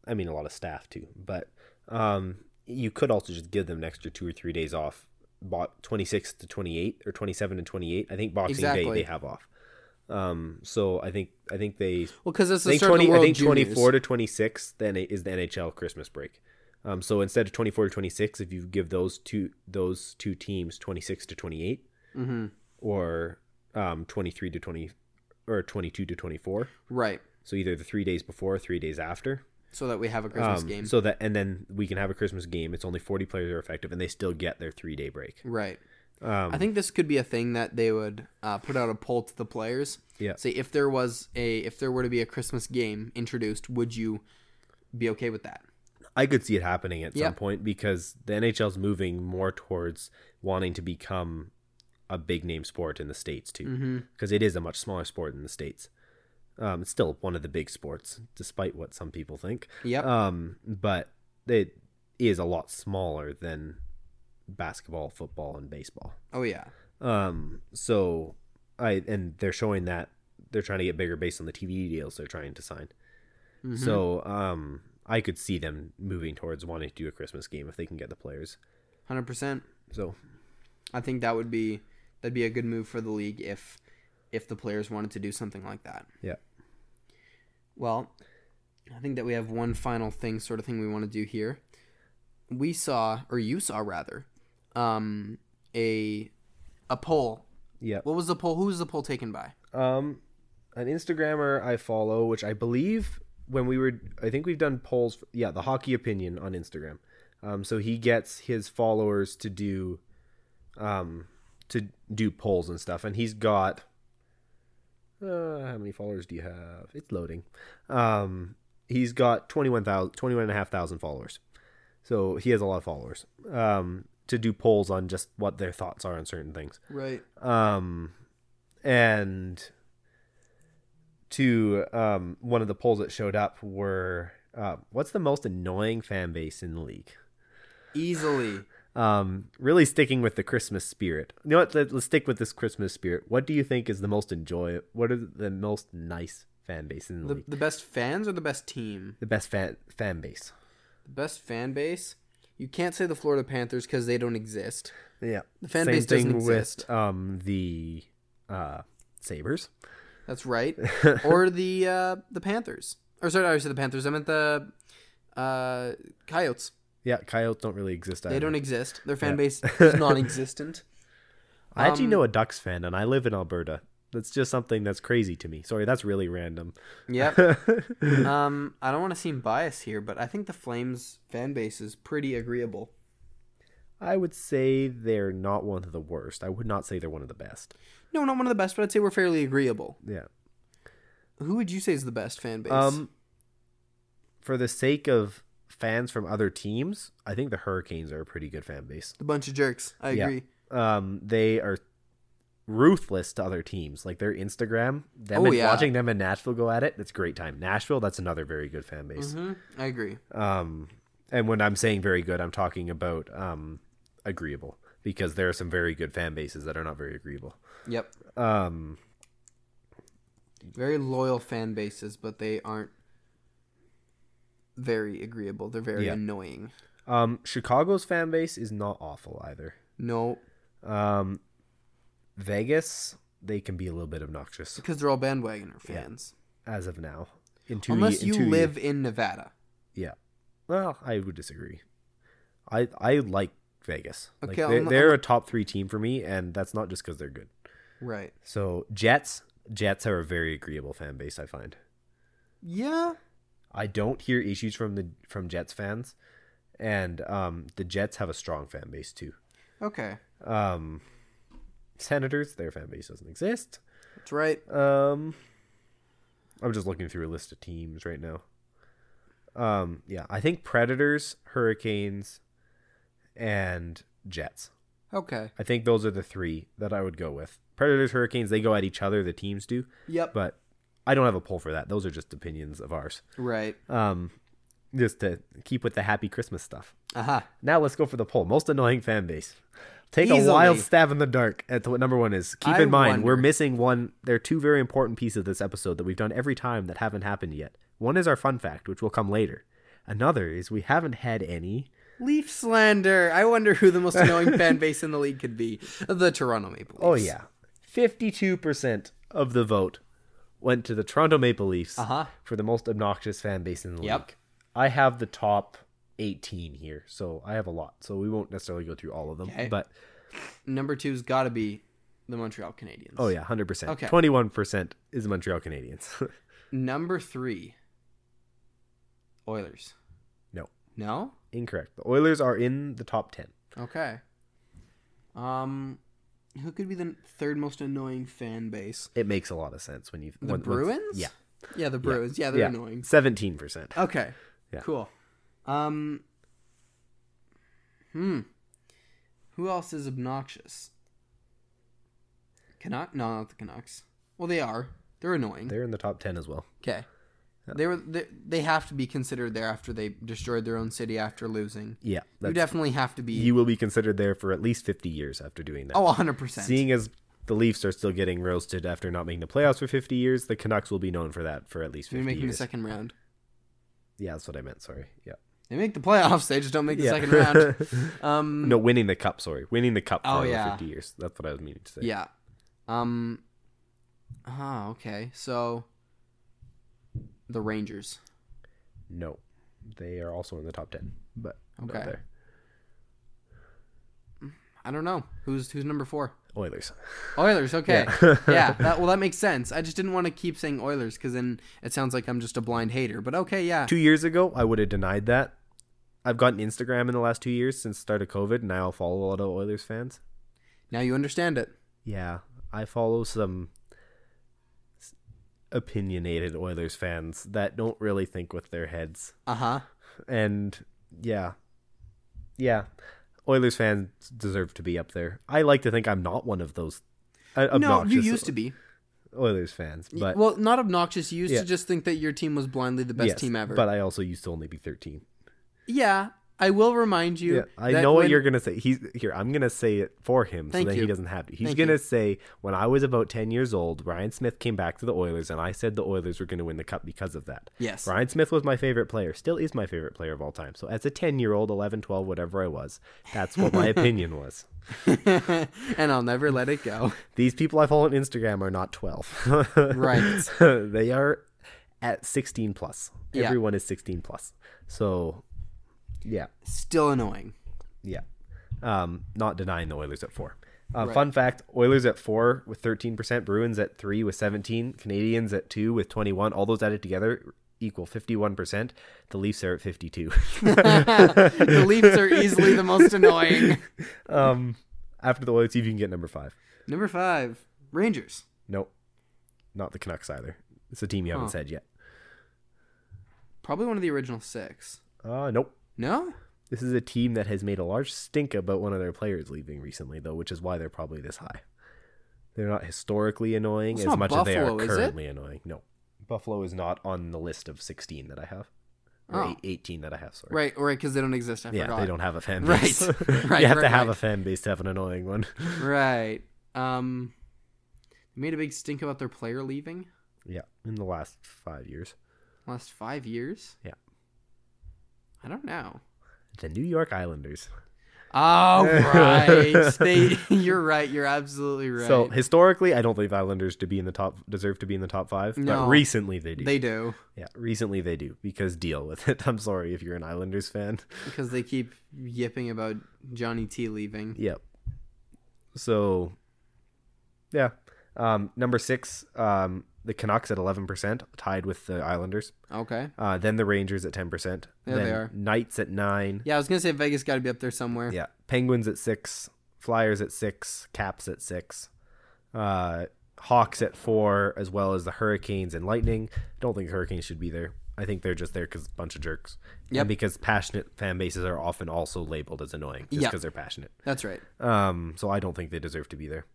Speaker 2: I mean, a lot of staff too, but um, you could also just give them an extra two or three days off. Bought 26 to 28 or 27 to 28. I think Boxing Day
Speaker 1: Exactly.
Speaker 2: they have off. Um, so I think I think they
Speaker 1: Well, because it's the
Speaker 2: I think
Speaker 1: start of
Speaker 2: 20
Speaker 1: the
Speaker 2: I
Speaker 1: world
Speaker 2: think
Speaker 1: juniors.
Speaker 2: 24 to 26 then it is the NHL Christmas break. Um, so instead of 24 to 26 if you give those two those two teams 26 to 28
Speaker 1: Mhm.
Speaker 2: or um, 23 to 20 or 22 to 24.
Speaker 1: Right.
Speaker 2: So either the 3 days before, or 3 days after.
Speaker 1: So that we have a Christmas
Speaker 2: Um,
Speaker 1: game.
Speaker 2: So that and then we can have a Christmas game. It's only 40 players are effective and they still get their 3-day break.
Speaker 1: right.
Speaker 2: Um,
Speaker 1: I think this could be a thing that they would uh, put out a poll to the players.
Speaker 2: Yeah.
Speaker 1: Say if there was a if there were to be a Christmas game introduced, would you be okay with that?
Speaker 2: I could see it happening at
Speaker 1: Yeah.
Speaker 2: some point because the NHL's moving more towards wanting to become a big name sport in the states too, because it is a much smaller sport in the states. Um, it's still one of the big sports, despite what some people think.
Speaker 1: Yep.
Speaker 2: Um, but it is a lot smaller than basketball, football, and baseball.
Speaker 1: oh yeah.
Speaker 2: Um, so I and they're showing that they're trying to get bigger based on the TV deals they're trying to sign.
Speaker 1: Mm-hmm.
Speaker 2: So um, I could see them moving towards wanting to do a Christmas game if they can get the players.
Speaker 1: Hundred percent.
Speaker 2: So
Speaker 1: I think that would be that'd be a good move for the league if if the players wanted to do something like that.
Speaker 2: yeah,
Speaker 1: Well, I think that we have one final thing, sort of thing we want to do here. We saw, or you saw rather, um, a a poll.
Speaker 2: yeah.
Speaker 1: What was the poll? Who was the poll taken by?
Speaker 2: Um, an Instagrammer I follow, which I believe when we were, I think we've done polls. For, yeah, the hockey opinion on Instagram. Um, so he gets his followers to do, um, to do polls and stuff, and he's got. Uh, how many followers do you have? It's loading. Um, he's got 21,000, 21,500 followers. So he has a lot of followers. Um, to do polls on just what their thoughts are on certain things
Speaker 1: Right.
Speaker 2: um and to um one of the polls that showed up were uh, what's the most annoying fan base in the league
Speaker 1: Easily.
Speaker 2: um really sticking with the christmas spirit you know what Let- let's stick with this christmas spirit what do you think is the most enjoy what are the most nice fan base in the,
Speaker 1: The,
Speaker 2: league
Speaker 1: the best fans or the best team?
Speaker 2: the best fan fan base
Speaker 1: The best fan base? You can't say the Florida Panthers because they don't exist.
Speaker 2: yeah
Speaker 1: The fan
Speaker 2: same
Speaker 1: base doesn't
Speaker 2: thing
Speaker 1: exist.
Speaker 2: with um the uh sabers
Speaker 1: That's
Speaker 2: *laughs*
Speaker 1: right. or the uh, the Panthers. Or sorry, I said the Panthers. I meant the uh, Coyotes.
Speaker 2: yeah coyotes don't really exist
Speaker 1: They
Speaker 2: either.
Speaker 1: don't exist. Their fan
Speaker 2: *laughs*
Speaker 1: base is non-existent.
Speaker 2: I actually
Speaker 1: Um,
Speaker 2: know a Ducks fan, and I live in Alberta. That's just something that's crazy to me. Sorry, that's really random. *laughs*
Speaker 1: Yep. Um, I don't want to seem biased here, but I think the Flames fan base is pretty agreeable.
Speaker 2: I would say they're not one of the worst. I would not say they're one of the best.
Speaker 1: No, not one of the best, but I'd say we're fairly agreeable.
Speaker 2: Yeah.
Speaker 1: Who would you say is the best fan base?
Speaker 2: Um, for the sake of fans from other teams, I think the Hurricanes are a pretty good fan base.
Speaker 1: the bunch of jerks. I
Speaker 2: Yeah.
Speaker 1: agree.
Speaker 2: Um, they are ruthless to other teams. Like their Instagram, them
Speaker 1: Oh,
Speaker 2: and
Speaker 1: yeah.
Speaker 2: watching them in Nashville go at it. That's a great time. Nashville, that's another very good fan base.
Speaker 1: Mhm, I agree.
Speaker 2: Um, and when I'm saying very good, I'm talking about um, agreeable because there are some very good fan bases that are not very agreeable.
Speaker 1: Yep.
Speaker 2: Um,
Speaker 1: Very loyal fan bases, but they aren't very agreeable. They're very
Speaker 2: Yeah.
Speaker 1: annoying.
Speaker 2: um, Chicago's fan base is not awful either.
Speaker 1: No,
Speaker 2: Um, Vegas, they can be a little bit obnoxious
Speaker 1: because they're all bandwagoner fans.
Speaker 2: as of now. In two,
Speaker 1: Unless
Speaker 2: in
Speaker 1: you
Speaker 2: two ye-
Speaker 1: live in Nevada.
Speaker 2: yeah. Well, I would disagree. I I like Vegas. Like,
Speaker 1: Okay,
Speaker 2: they're,
Speaker 1: I'm-
Speaker 2: they're a top three team for me, and that's not just because they're good.
Speaker 1: Right.
Speaker 2: So Jets, Jets are a very agreeable fan base. I find.
Speaker 1: Yeah.
Speaker 2: I don't hear issues from the from Jets fans, and um, the Jets have a strong fan base too.
Speaker 1: Okay.
Speaker 2: Um, Senators, their fan base doesn't exist.
Speaker 1: That's right.
Speaker 2: Um, I'm just looking through a list of teams right now. Um, yeah, I think Predators, Hurricanes, and Jets.
Speaker 1: Okay.
Speaker 2: I think those are the three that I would go with. Predators, Hurricanes, they go at each other. The teams do,
Speaker 1: Yep.
Speaker 2: but I don't have a poll for that. Those are just opinions of ours.
Speaker 1: Right.
Speaker 2: Um, just to keep with the happy Christmas stuff.
Speaker 1: Aha.
Speaker 2: Now let's go for the poll. Most annoying fan base. Take a
Speaker 1: Easily.
Speaker 2: wild stab in the dark at what number one is. Keep
Speaker 1: I
Speaker 2: in mind, we're
Speaker 1: wonder.
Speaker 2: missing one. There are two very important pieces of this episode that we've done every time that haven't happened yet. One is our fun fact, which will come later. Another is we haven't had any
Speaker 1: Leaf slander. I wonder who
Speaker 2: *laughs*
Speaker 1: the most annoying fan base in the league could be. The Toronto Maple Leafs.
Speaker 2: Oh yeah, fifty-two percent of the vote went to the Toronto Maple Leafs
Speaker 1: Uh-huh.
Speaker 2: for the most obnoxious fan base in the
Speaker 1: Yep.
Speaker 2: league. I have the top eighteen here, so I have a lot. So we won't necessarily go through all of them,
Speaker 1: Okay.
Speaker 2: but
Speaker 1: Number two's got to be the Montreal Canadiens.
Speaker 2: oh yeah, hundred percent.
Speaker 1: Okay.
Speaker 2: Twenty-one percent is Montreal Canadiens. *laughs*
Speaker 1: Number three, Oilers.
Speaker 2: no,
Speaker 1: No.
Speaker 2: incorrect. The Oilers are in the top ten.
Speaker 1: Okay. Um, who could be the third most annoying fan base?
Speaker 2: It makes a lot of sense when you
Speaker 1: The Bruins.
Speaker 2: Yeah,
Speaker 1: Yeah, the Bruins. Yeah, they're annoying. Um,
Speaker 2: Seventeen percent.
Speaker 1: Okay.
Speaker 2: Yeah.
Speaker 1: Cool. Um. Hmm. Who else is obnoxious? Canuck? No, not the Canucks. Well, they are. They're annoying.
Speaker 2: They're in the top ten as well.
Speaker 1: Okay. They were. They, they have to be considered there after they destroyed their own city after losing.
Speaker 2: Yeah,
Speaker 1: You
Speaker 2: that's,
Speaker 1: definitely have to be.
Speaker 2: you will be considered there for at least fifty years after doing that.
Speaker 1: oh, 100 percent.
Speaker 2: Seeing as the Leafs are still getting roasted after not making the playoffs for 50 years, the Canucks will be known for that for at least
Speaker 1: They're
Speaker 2: 50
Speaker 1: making the
Speaker 2: years.
Speaker 1: second round.
Speaker 2: yeah, that's what I meant. Sorry. Yeah.
Speaker 1: They make the playoffs. They just don't make the
Speaker 2: yeah.
Speaker 1: second round.
Speaker 2: *laughs*
Speaker 1: Um.
Speaker 2: no, winning the cup. Sorry, winning the cup for
Speaker 1: Oh,
Speaker 2: over
Speaker 1: yeah.
Speaker 2: 50 years. That's what I was meaning to say.
Speaker 1: Yeah. Um. Ah. Okay. So. The Rangers.
Speaker 2: No, they are also in the top 10, but not
Speaker 1: Okay.
Speaker 2: there.
Speaker 1: I don't know who's who's number four.
Speaker 2: Oilers.
Speaker 1: Oilers. Okay.
Speaker 2: Yeah.
Speaker 1: Yeah.
Speaker 2: *laughs*
Speaker 1: that, well, that makes sense. I just didn't want to keep saying Oilers because then it sounds like I'm just a blind hater. But okay. Yeah.
Speaker 2: Two years ago, I would have denied that. I've gotten Instagram in the last two years since the start of COVID, and I will follow a lot of Oilers fans.
Speaker 1: Now you understand it.
Speaker 2: Yeah, I follow some s- opinionated Oilers fans that don't really think with their heads.
Speaker 1: Uh huh.
Speaker 2: And yeah. Yeah. Oilers fans deserve to be up there. I like to think I'm not one of those uh,
Speaker 1: No,
Speaker 2: obnoxious
Speaker 1: you used to be.
Speaker 2: Oilers fans, but
Speaker 1: well, not obnoxious. You used
Speaker 2: Yeah.
Speaker 1: to just think that your team was blindly the best
Speaker 2: yes,
Speaker 1: team ever.
Speaker 2: But I also used to only be 13.
Speaker 1: yeah. I will remind you.
Speaker 2: Yeah, I
Speaker 1: that
Speaker 2: know what
Speaker 1: when-
Speaker 2: you're gonna say. He's here. I'm gonna say it for him, so
Speaker 1: Thank
Speaker 2: then he
Speaker 1: you.
Speaker 2: doesn't have to. He's
Speaker 1: Thank
Speaker 2: gonna
Speaker 1: you.
Speaker 2: say, "When I was about ten years old, Ryan Smith came back to the Oilers, and I said the Oilers were gonna win the cup because of that."
Speaker 1: Yes.
Speaker 2: Ryan Smith was my favorite player, still is my favorite player of all time. So as a ten-year-old, 11, 12, whatever I was, that's what
Speaker 1: *laughs*
Speaker 2: my opinion was.
Speaker 1: *laughs* and I'll never let it go.
Speaker 2: These people I follow on Instagram are not twelve, *laughs*
Speaker 1: Right.
Speaker 2: they are at sixteen plus.
Speaker 1: Yeah.
Speaker 2: Everyone is sixteen plus. So, yeah.
Speaker 1: Still annoying.
Speaker 2: Yeah. Um, not denying the Oilers at four. Uh,
Speaker 1: Right.
Speaker 2: Fun fact: Oilers at four with thirteen percent, Bruins at three with seventeen, Canadians at two with twenty-one. All those added together equal fifty-one percent. The Leafs are
Speaker 1: *laughs*
Speaker 2: at fifty-two. *laughs*
Speaker 1: the Leafs are easily the most
Speaker 2: *laughs*
Speaker 1: annoying.
Speaker 2: um, after the Oilers, see if you can get number five.
Speaker 1: Number five, Rangers.
Speaker 2: Nope, not the Canucks either. It's a team you haven't
Speaker 1: Huh.
Speaker 2: said yet.
Speaker 1: Probably one of the original six.
Speaker 2: Uh, nope.
Speaker 1: No?
Speaker 2: This is a team that has made a large stink about one of their players leaving recently, though, which is why they're probably this high. They're not historically annoying
Speaker 1: It's
Speaker 2: as
Speaker 1: not
Speaker 2: much
Speaker 1: Buffalo,
Speaker 2: as
Speaker 1: is
Speaker 2: they
Speaker 1: it?
Speaker 2: are currently annoying. No, Buffalo is not on the list of 16 that I have, or
Speaker 1: Oh.
Speaker 2: eight- 18 that I have. Sorry,
Speaker 1: Right, right, because they don't exist. I
Speaker 2: yeah,
Speaker 1: forgot.
Speaker 2: they don't have a fan
Speaker 1: Right. *laughs*
Speaker 2: base. *laughs*
Speaker 1: Right,
Speaker 2: you have
Speaker 1: right,
Speaker 2: to have
Speaker 1: right.
Speaker 2: a fan base to have an annoying one. *laughs*
Speaker 1: Right. Um, they made a big stink about their player leaving
Speaker 2: yeah, in the last five years,
Speaker 1: last five years.
Speaker 2: Yeah.
Speaker 1: I don't know.
Speaker 2: the New York Islanders.
Speaker 1: Oh,
Speaker 2: *laughs*
Speaker 1: right. they, *laughs* you're right. You're absolutely right.
Speaker 2: So historically, I don't believe Islanders to be in the top deserve to be in the top five, but
Speaker 1: No.
Speaker 2: recently they do.
Speaker 1: they do
Speaker 2: yeah, recently they do because deal with it. *laughs* I'm sorry if you're an Islanders fan. *laughs*
Speaker 1: because they keep yipping about Johnny T leaving.
Speaker 2: Yep. So, yeah. Um, number six, um, the Canucks at 11%, tied with the Islanders.
Speaker 1: Okay.
Speaker 2: Uh, then the Rangers at 10%.
Speaker 1: There
Speaker 2: then
Speaker 1: they are.
Speaker 2: Knights at 9
Speaker 1: Yeah, I was gonna say Vegas got to be up there somewhere.
Speaker 2: Yeah. Penguins at 6. Flyers at 6. Caps at 6. Uh, Hawks at 4, as well as the Hurricanes and Lightning. Don't think Hurricanes should be there. I think they're just there because a bunch of jerks. Yeah.
Speaker 1: Yep.
Speaker 2: And because passionate fan bases are often also labeled as annoying just
Speaker 1: Yep.
Speaker 2: because they're passionate.
Speaker 1: That's right.
Speaker 2: Um, so I don't think they deserve to be there.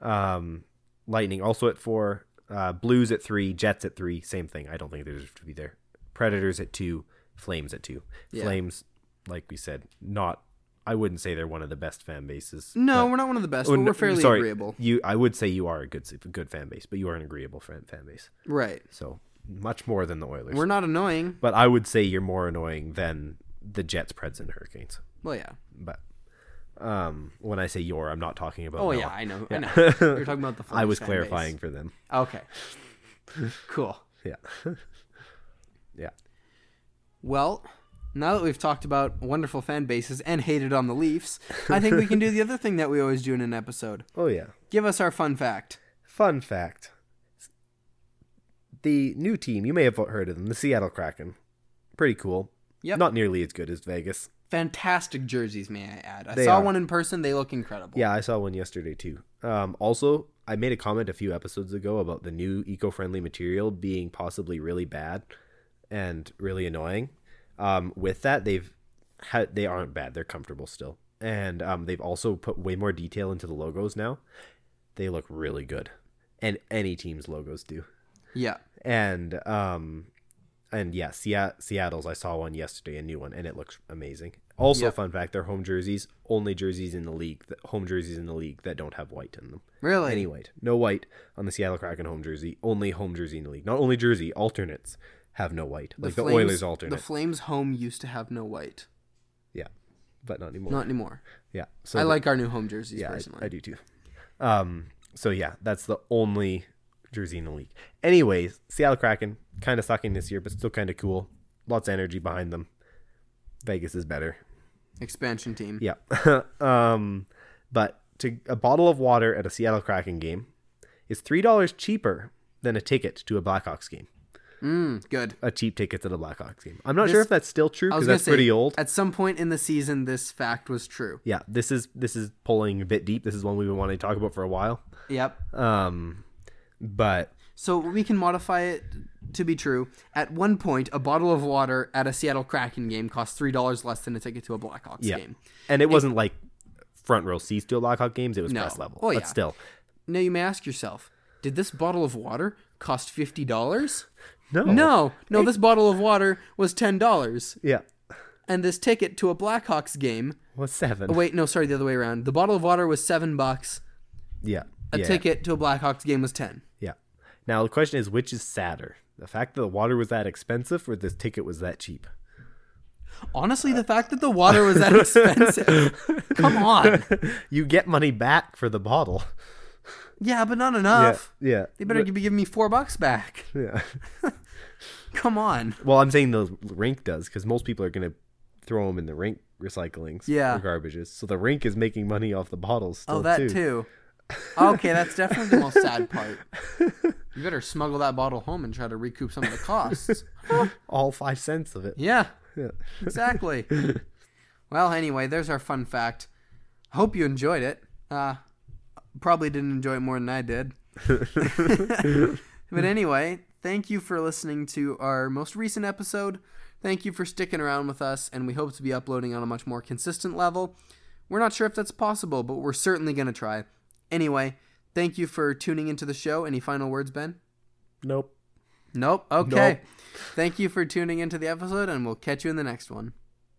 Speaker 2: Um, Lightning also at four, uh, Blues at three, Jets at three. Same thing. I don't think they deserve to be there. Predators at two, Flames at two.
Speaker 1: Yeah.
Speaker 2: Flames, like we said, not. I wouldn't say they're one of the best fan bases.
Speaker 1: No, we're not one of the best,
Speaker 2: Oh,
Speaker 1: but
Speaker 2: no,
Speaker 1: Mm, we're fairly
Speaker 2: sorry,
Speaker 1: agreeable.
Speaker 2: You, I would say you are a good, good fan base, but you are an agreeable fan, fan base.
Speaker 1: Right.
Speaker 2: So much more than the Oilers.
Speaker 1: We're not annoying.
Speaker 2: but I would say you're more annoying than the Jets, Preds, and Hurricanes.
Speaker 1: Well, yeah.
Speaker 2: But um, when I say your, I'm not talking about.
Speaker 1: Oh,
Speaker 2: Noah.
Speaker 1: yeah, I know. I
Speaker 2: *laughs*
Speaker 1: know. *laughs* You're talking about the
Speaker 2: I
Speaker 1: Flames
Speaker 2: was
Speaker 1: fan
Speaker 2: clarifying
Speaker 1: base.
Speaker 2: for them.
Speaker 1: Okay. cool.
Speaker 2: Yeah. *laughs* yeah.
Speaker 1: Well, now that we've talked about wonderful fan bases and hated on the Leafs, I think we can do the other thing that we always do in an episode.
Speaker 2: Oh yeah.
Speaker 1: Give us our fun fact.
Speaker 2: Fun fact. The new team, you may have heard of them, the Seattle Kraken. Pretty cool.
Speaker 1: Yep.
Speaker 2: Not nearly as good as Vegas.
Speaker 1: Fantastic jerseys, may I add. I
Speaker 2: They
Speaker 1: saw
Speaker 2: are.
Speaker 1: one in person. They look incredible.
Speaker 2: Yeah, I saw one yesterday too. Um, also, I made a comment a few episodes ago about the new eco-friendly material being possibly really bad and really annoying. Um, with that, they've had they aren't bad; they're comfortable still, and um, they've also put way more detail into the logos now. They look really good, and any team's logos do.
Speaker 1: Yeah.
Speaker 2: And um, and yeah, Sea- Seattle's. I saw one yesterday, a new one, and it looks amazing. Also,
Speaker 1: Yep.
Speaker 2: fun fact: their home jerseys, only jerseys in the league, that, home jerseys in the league that don't have white in them.
Speaker 1: Really?
Speaker 2: Any white, no white on the Seattle Kraken home jersey. Only home jersey in the league. Not only jersey, alternates have no white, like the Oilers alternate.
Speaker 1: The Flames home used to have no white.
Speaker 2: yeah, but not anymore.
Speaker 1: Not anymore.
Speaker 2: yeah, so
Speaker 1: I
Speaker 2: the-
Speaker 1: like our new home jerseys
Speaker 2: Yeah, I-
Speaker 1: personally.
Speaker 2: I, do too. Um, so yeah, that's the only jersey in the league. Anyways, Seattle Kraken kind of sucking this year, but still kind of cool. Lots of energy behind them. Vegas is better.
Speaker 1: Expansion team.
Speaker 2: Yeah. *laughs* um, but to a bottle of water at a Seattle Kraken game is three dollars cheaper than a ticket to a Blackhawks game.
Speaker 1: Mm, good.
Speaker 2: A cheap ticket to the Blackhawks game. I'm not sure if that's still true
Speaker 1: I was
Speaker 2: because
Speaker 1: gonna
Speaker 2: that's
Speaker 1: say,
Speaker 2: pretty old.
Speaker 1: At some point in the season, this fact was true.
Speaker 2: Yeah, this is this is pulling a bit deep. This is one we've been wanting to talk about for a while.
Speaker 1: Yep.
Speaker 2: Um, but
Speaker 1: Uh, So we can modify it to be true. At one point, a bottle of water at a Seattle Kraken game cost three dollars less than a ticket to a Blackhawks
Speaker 2: Yeah.
Speaker 1: game.
Speaker 2: And it wasn't like front row seats to a Blackhawk games. It was
Speaker 1: No.
Speaker 2: press level.
Speaker 1: Well, yeah.
Speaker 2: But still,
Speaker 1: Now you may ask yourself, did this bottle of water cost fifty dollars?
Speaker 2: no,
Speaker 1: No, no. This bottle of water was ten dollars,
Speaker 2: yeah,
Speaker 1: and this ticket to a Blackhawks game.
Speaker 2: was seven.
Speaker 1: Oh, wait, no, sorry, the other way around. The bottle of water was seven bucks.
Speaker 2: yeah,
Speaker 1: A
Speaker 2: yeah,
Speaker 1: ticket to a Blackhawks game was ten.
Speaker 2: Yeah. Now the question is, which is sadder? The fact that the water was that expensive, or this ticket was that cheap?
Speaker 1: Honestly, the fact that the water was that expensive. Come on.
Speaker 2: you get money back for the bottle.
Speaker 1: Yeah, but not enough.
Speaker 2: yeah.
Speaker 1: They better be giving me four bucks back.
Speaker 2: yeah.
Speaker 1: *laughs* Come on.
Speaker 2: Well, I'm saying the rink does because most people are gonna throw them in the rink recyclings.
Speaker 1: Yeah.
Speaker 2: Or garbages. So the rink is making money off the bottles. Still
Speaker 1: Oh, that
Speaker 2: too.
Speaker 1: too. Okay, that's definitely the most sad part. You better smuggle that bottle home and try to recoup some of the costs.
Speaker 2: All five cents of it.
Speaker 1: Yeah,
Speaker 2: Yeah.
Speaker 1: exactly. Well, anyway, there's our fun fact. Hope you enjoyed it. Uh, probably didn't enjoy it more than I did. *laughs* but anyway, thank you for listening to our most recent episode. Thank you for sticking around with us, and we hope to be uploading on a much more consistent level. We're not sure if that's possible, but we're certainly going to try. Anyway, thank you for tuning into the show. Any final words, Ben?
Speaker 2: Nope.
Speaker 1: Nope. Okay.
Speaker 2: Nope.
Speaker 1: Thank you for tuning into the episode, and we'll catch you in the next one.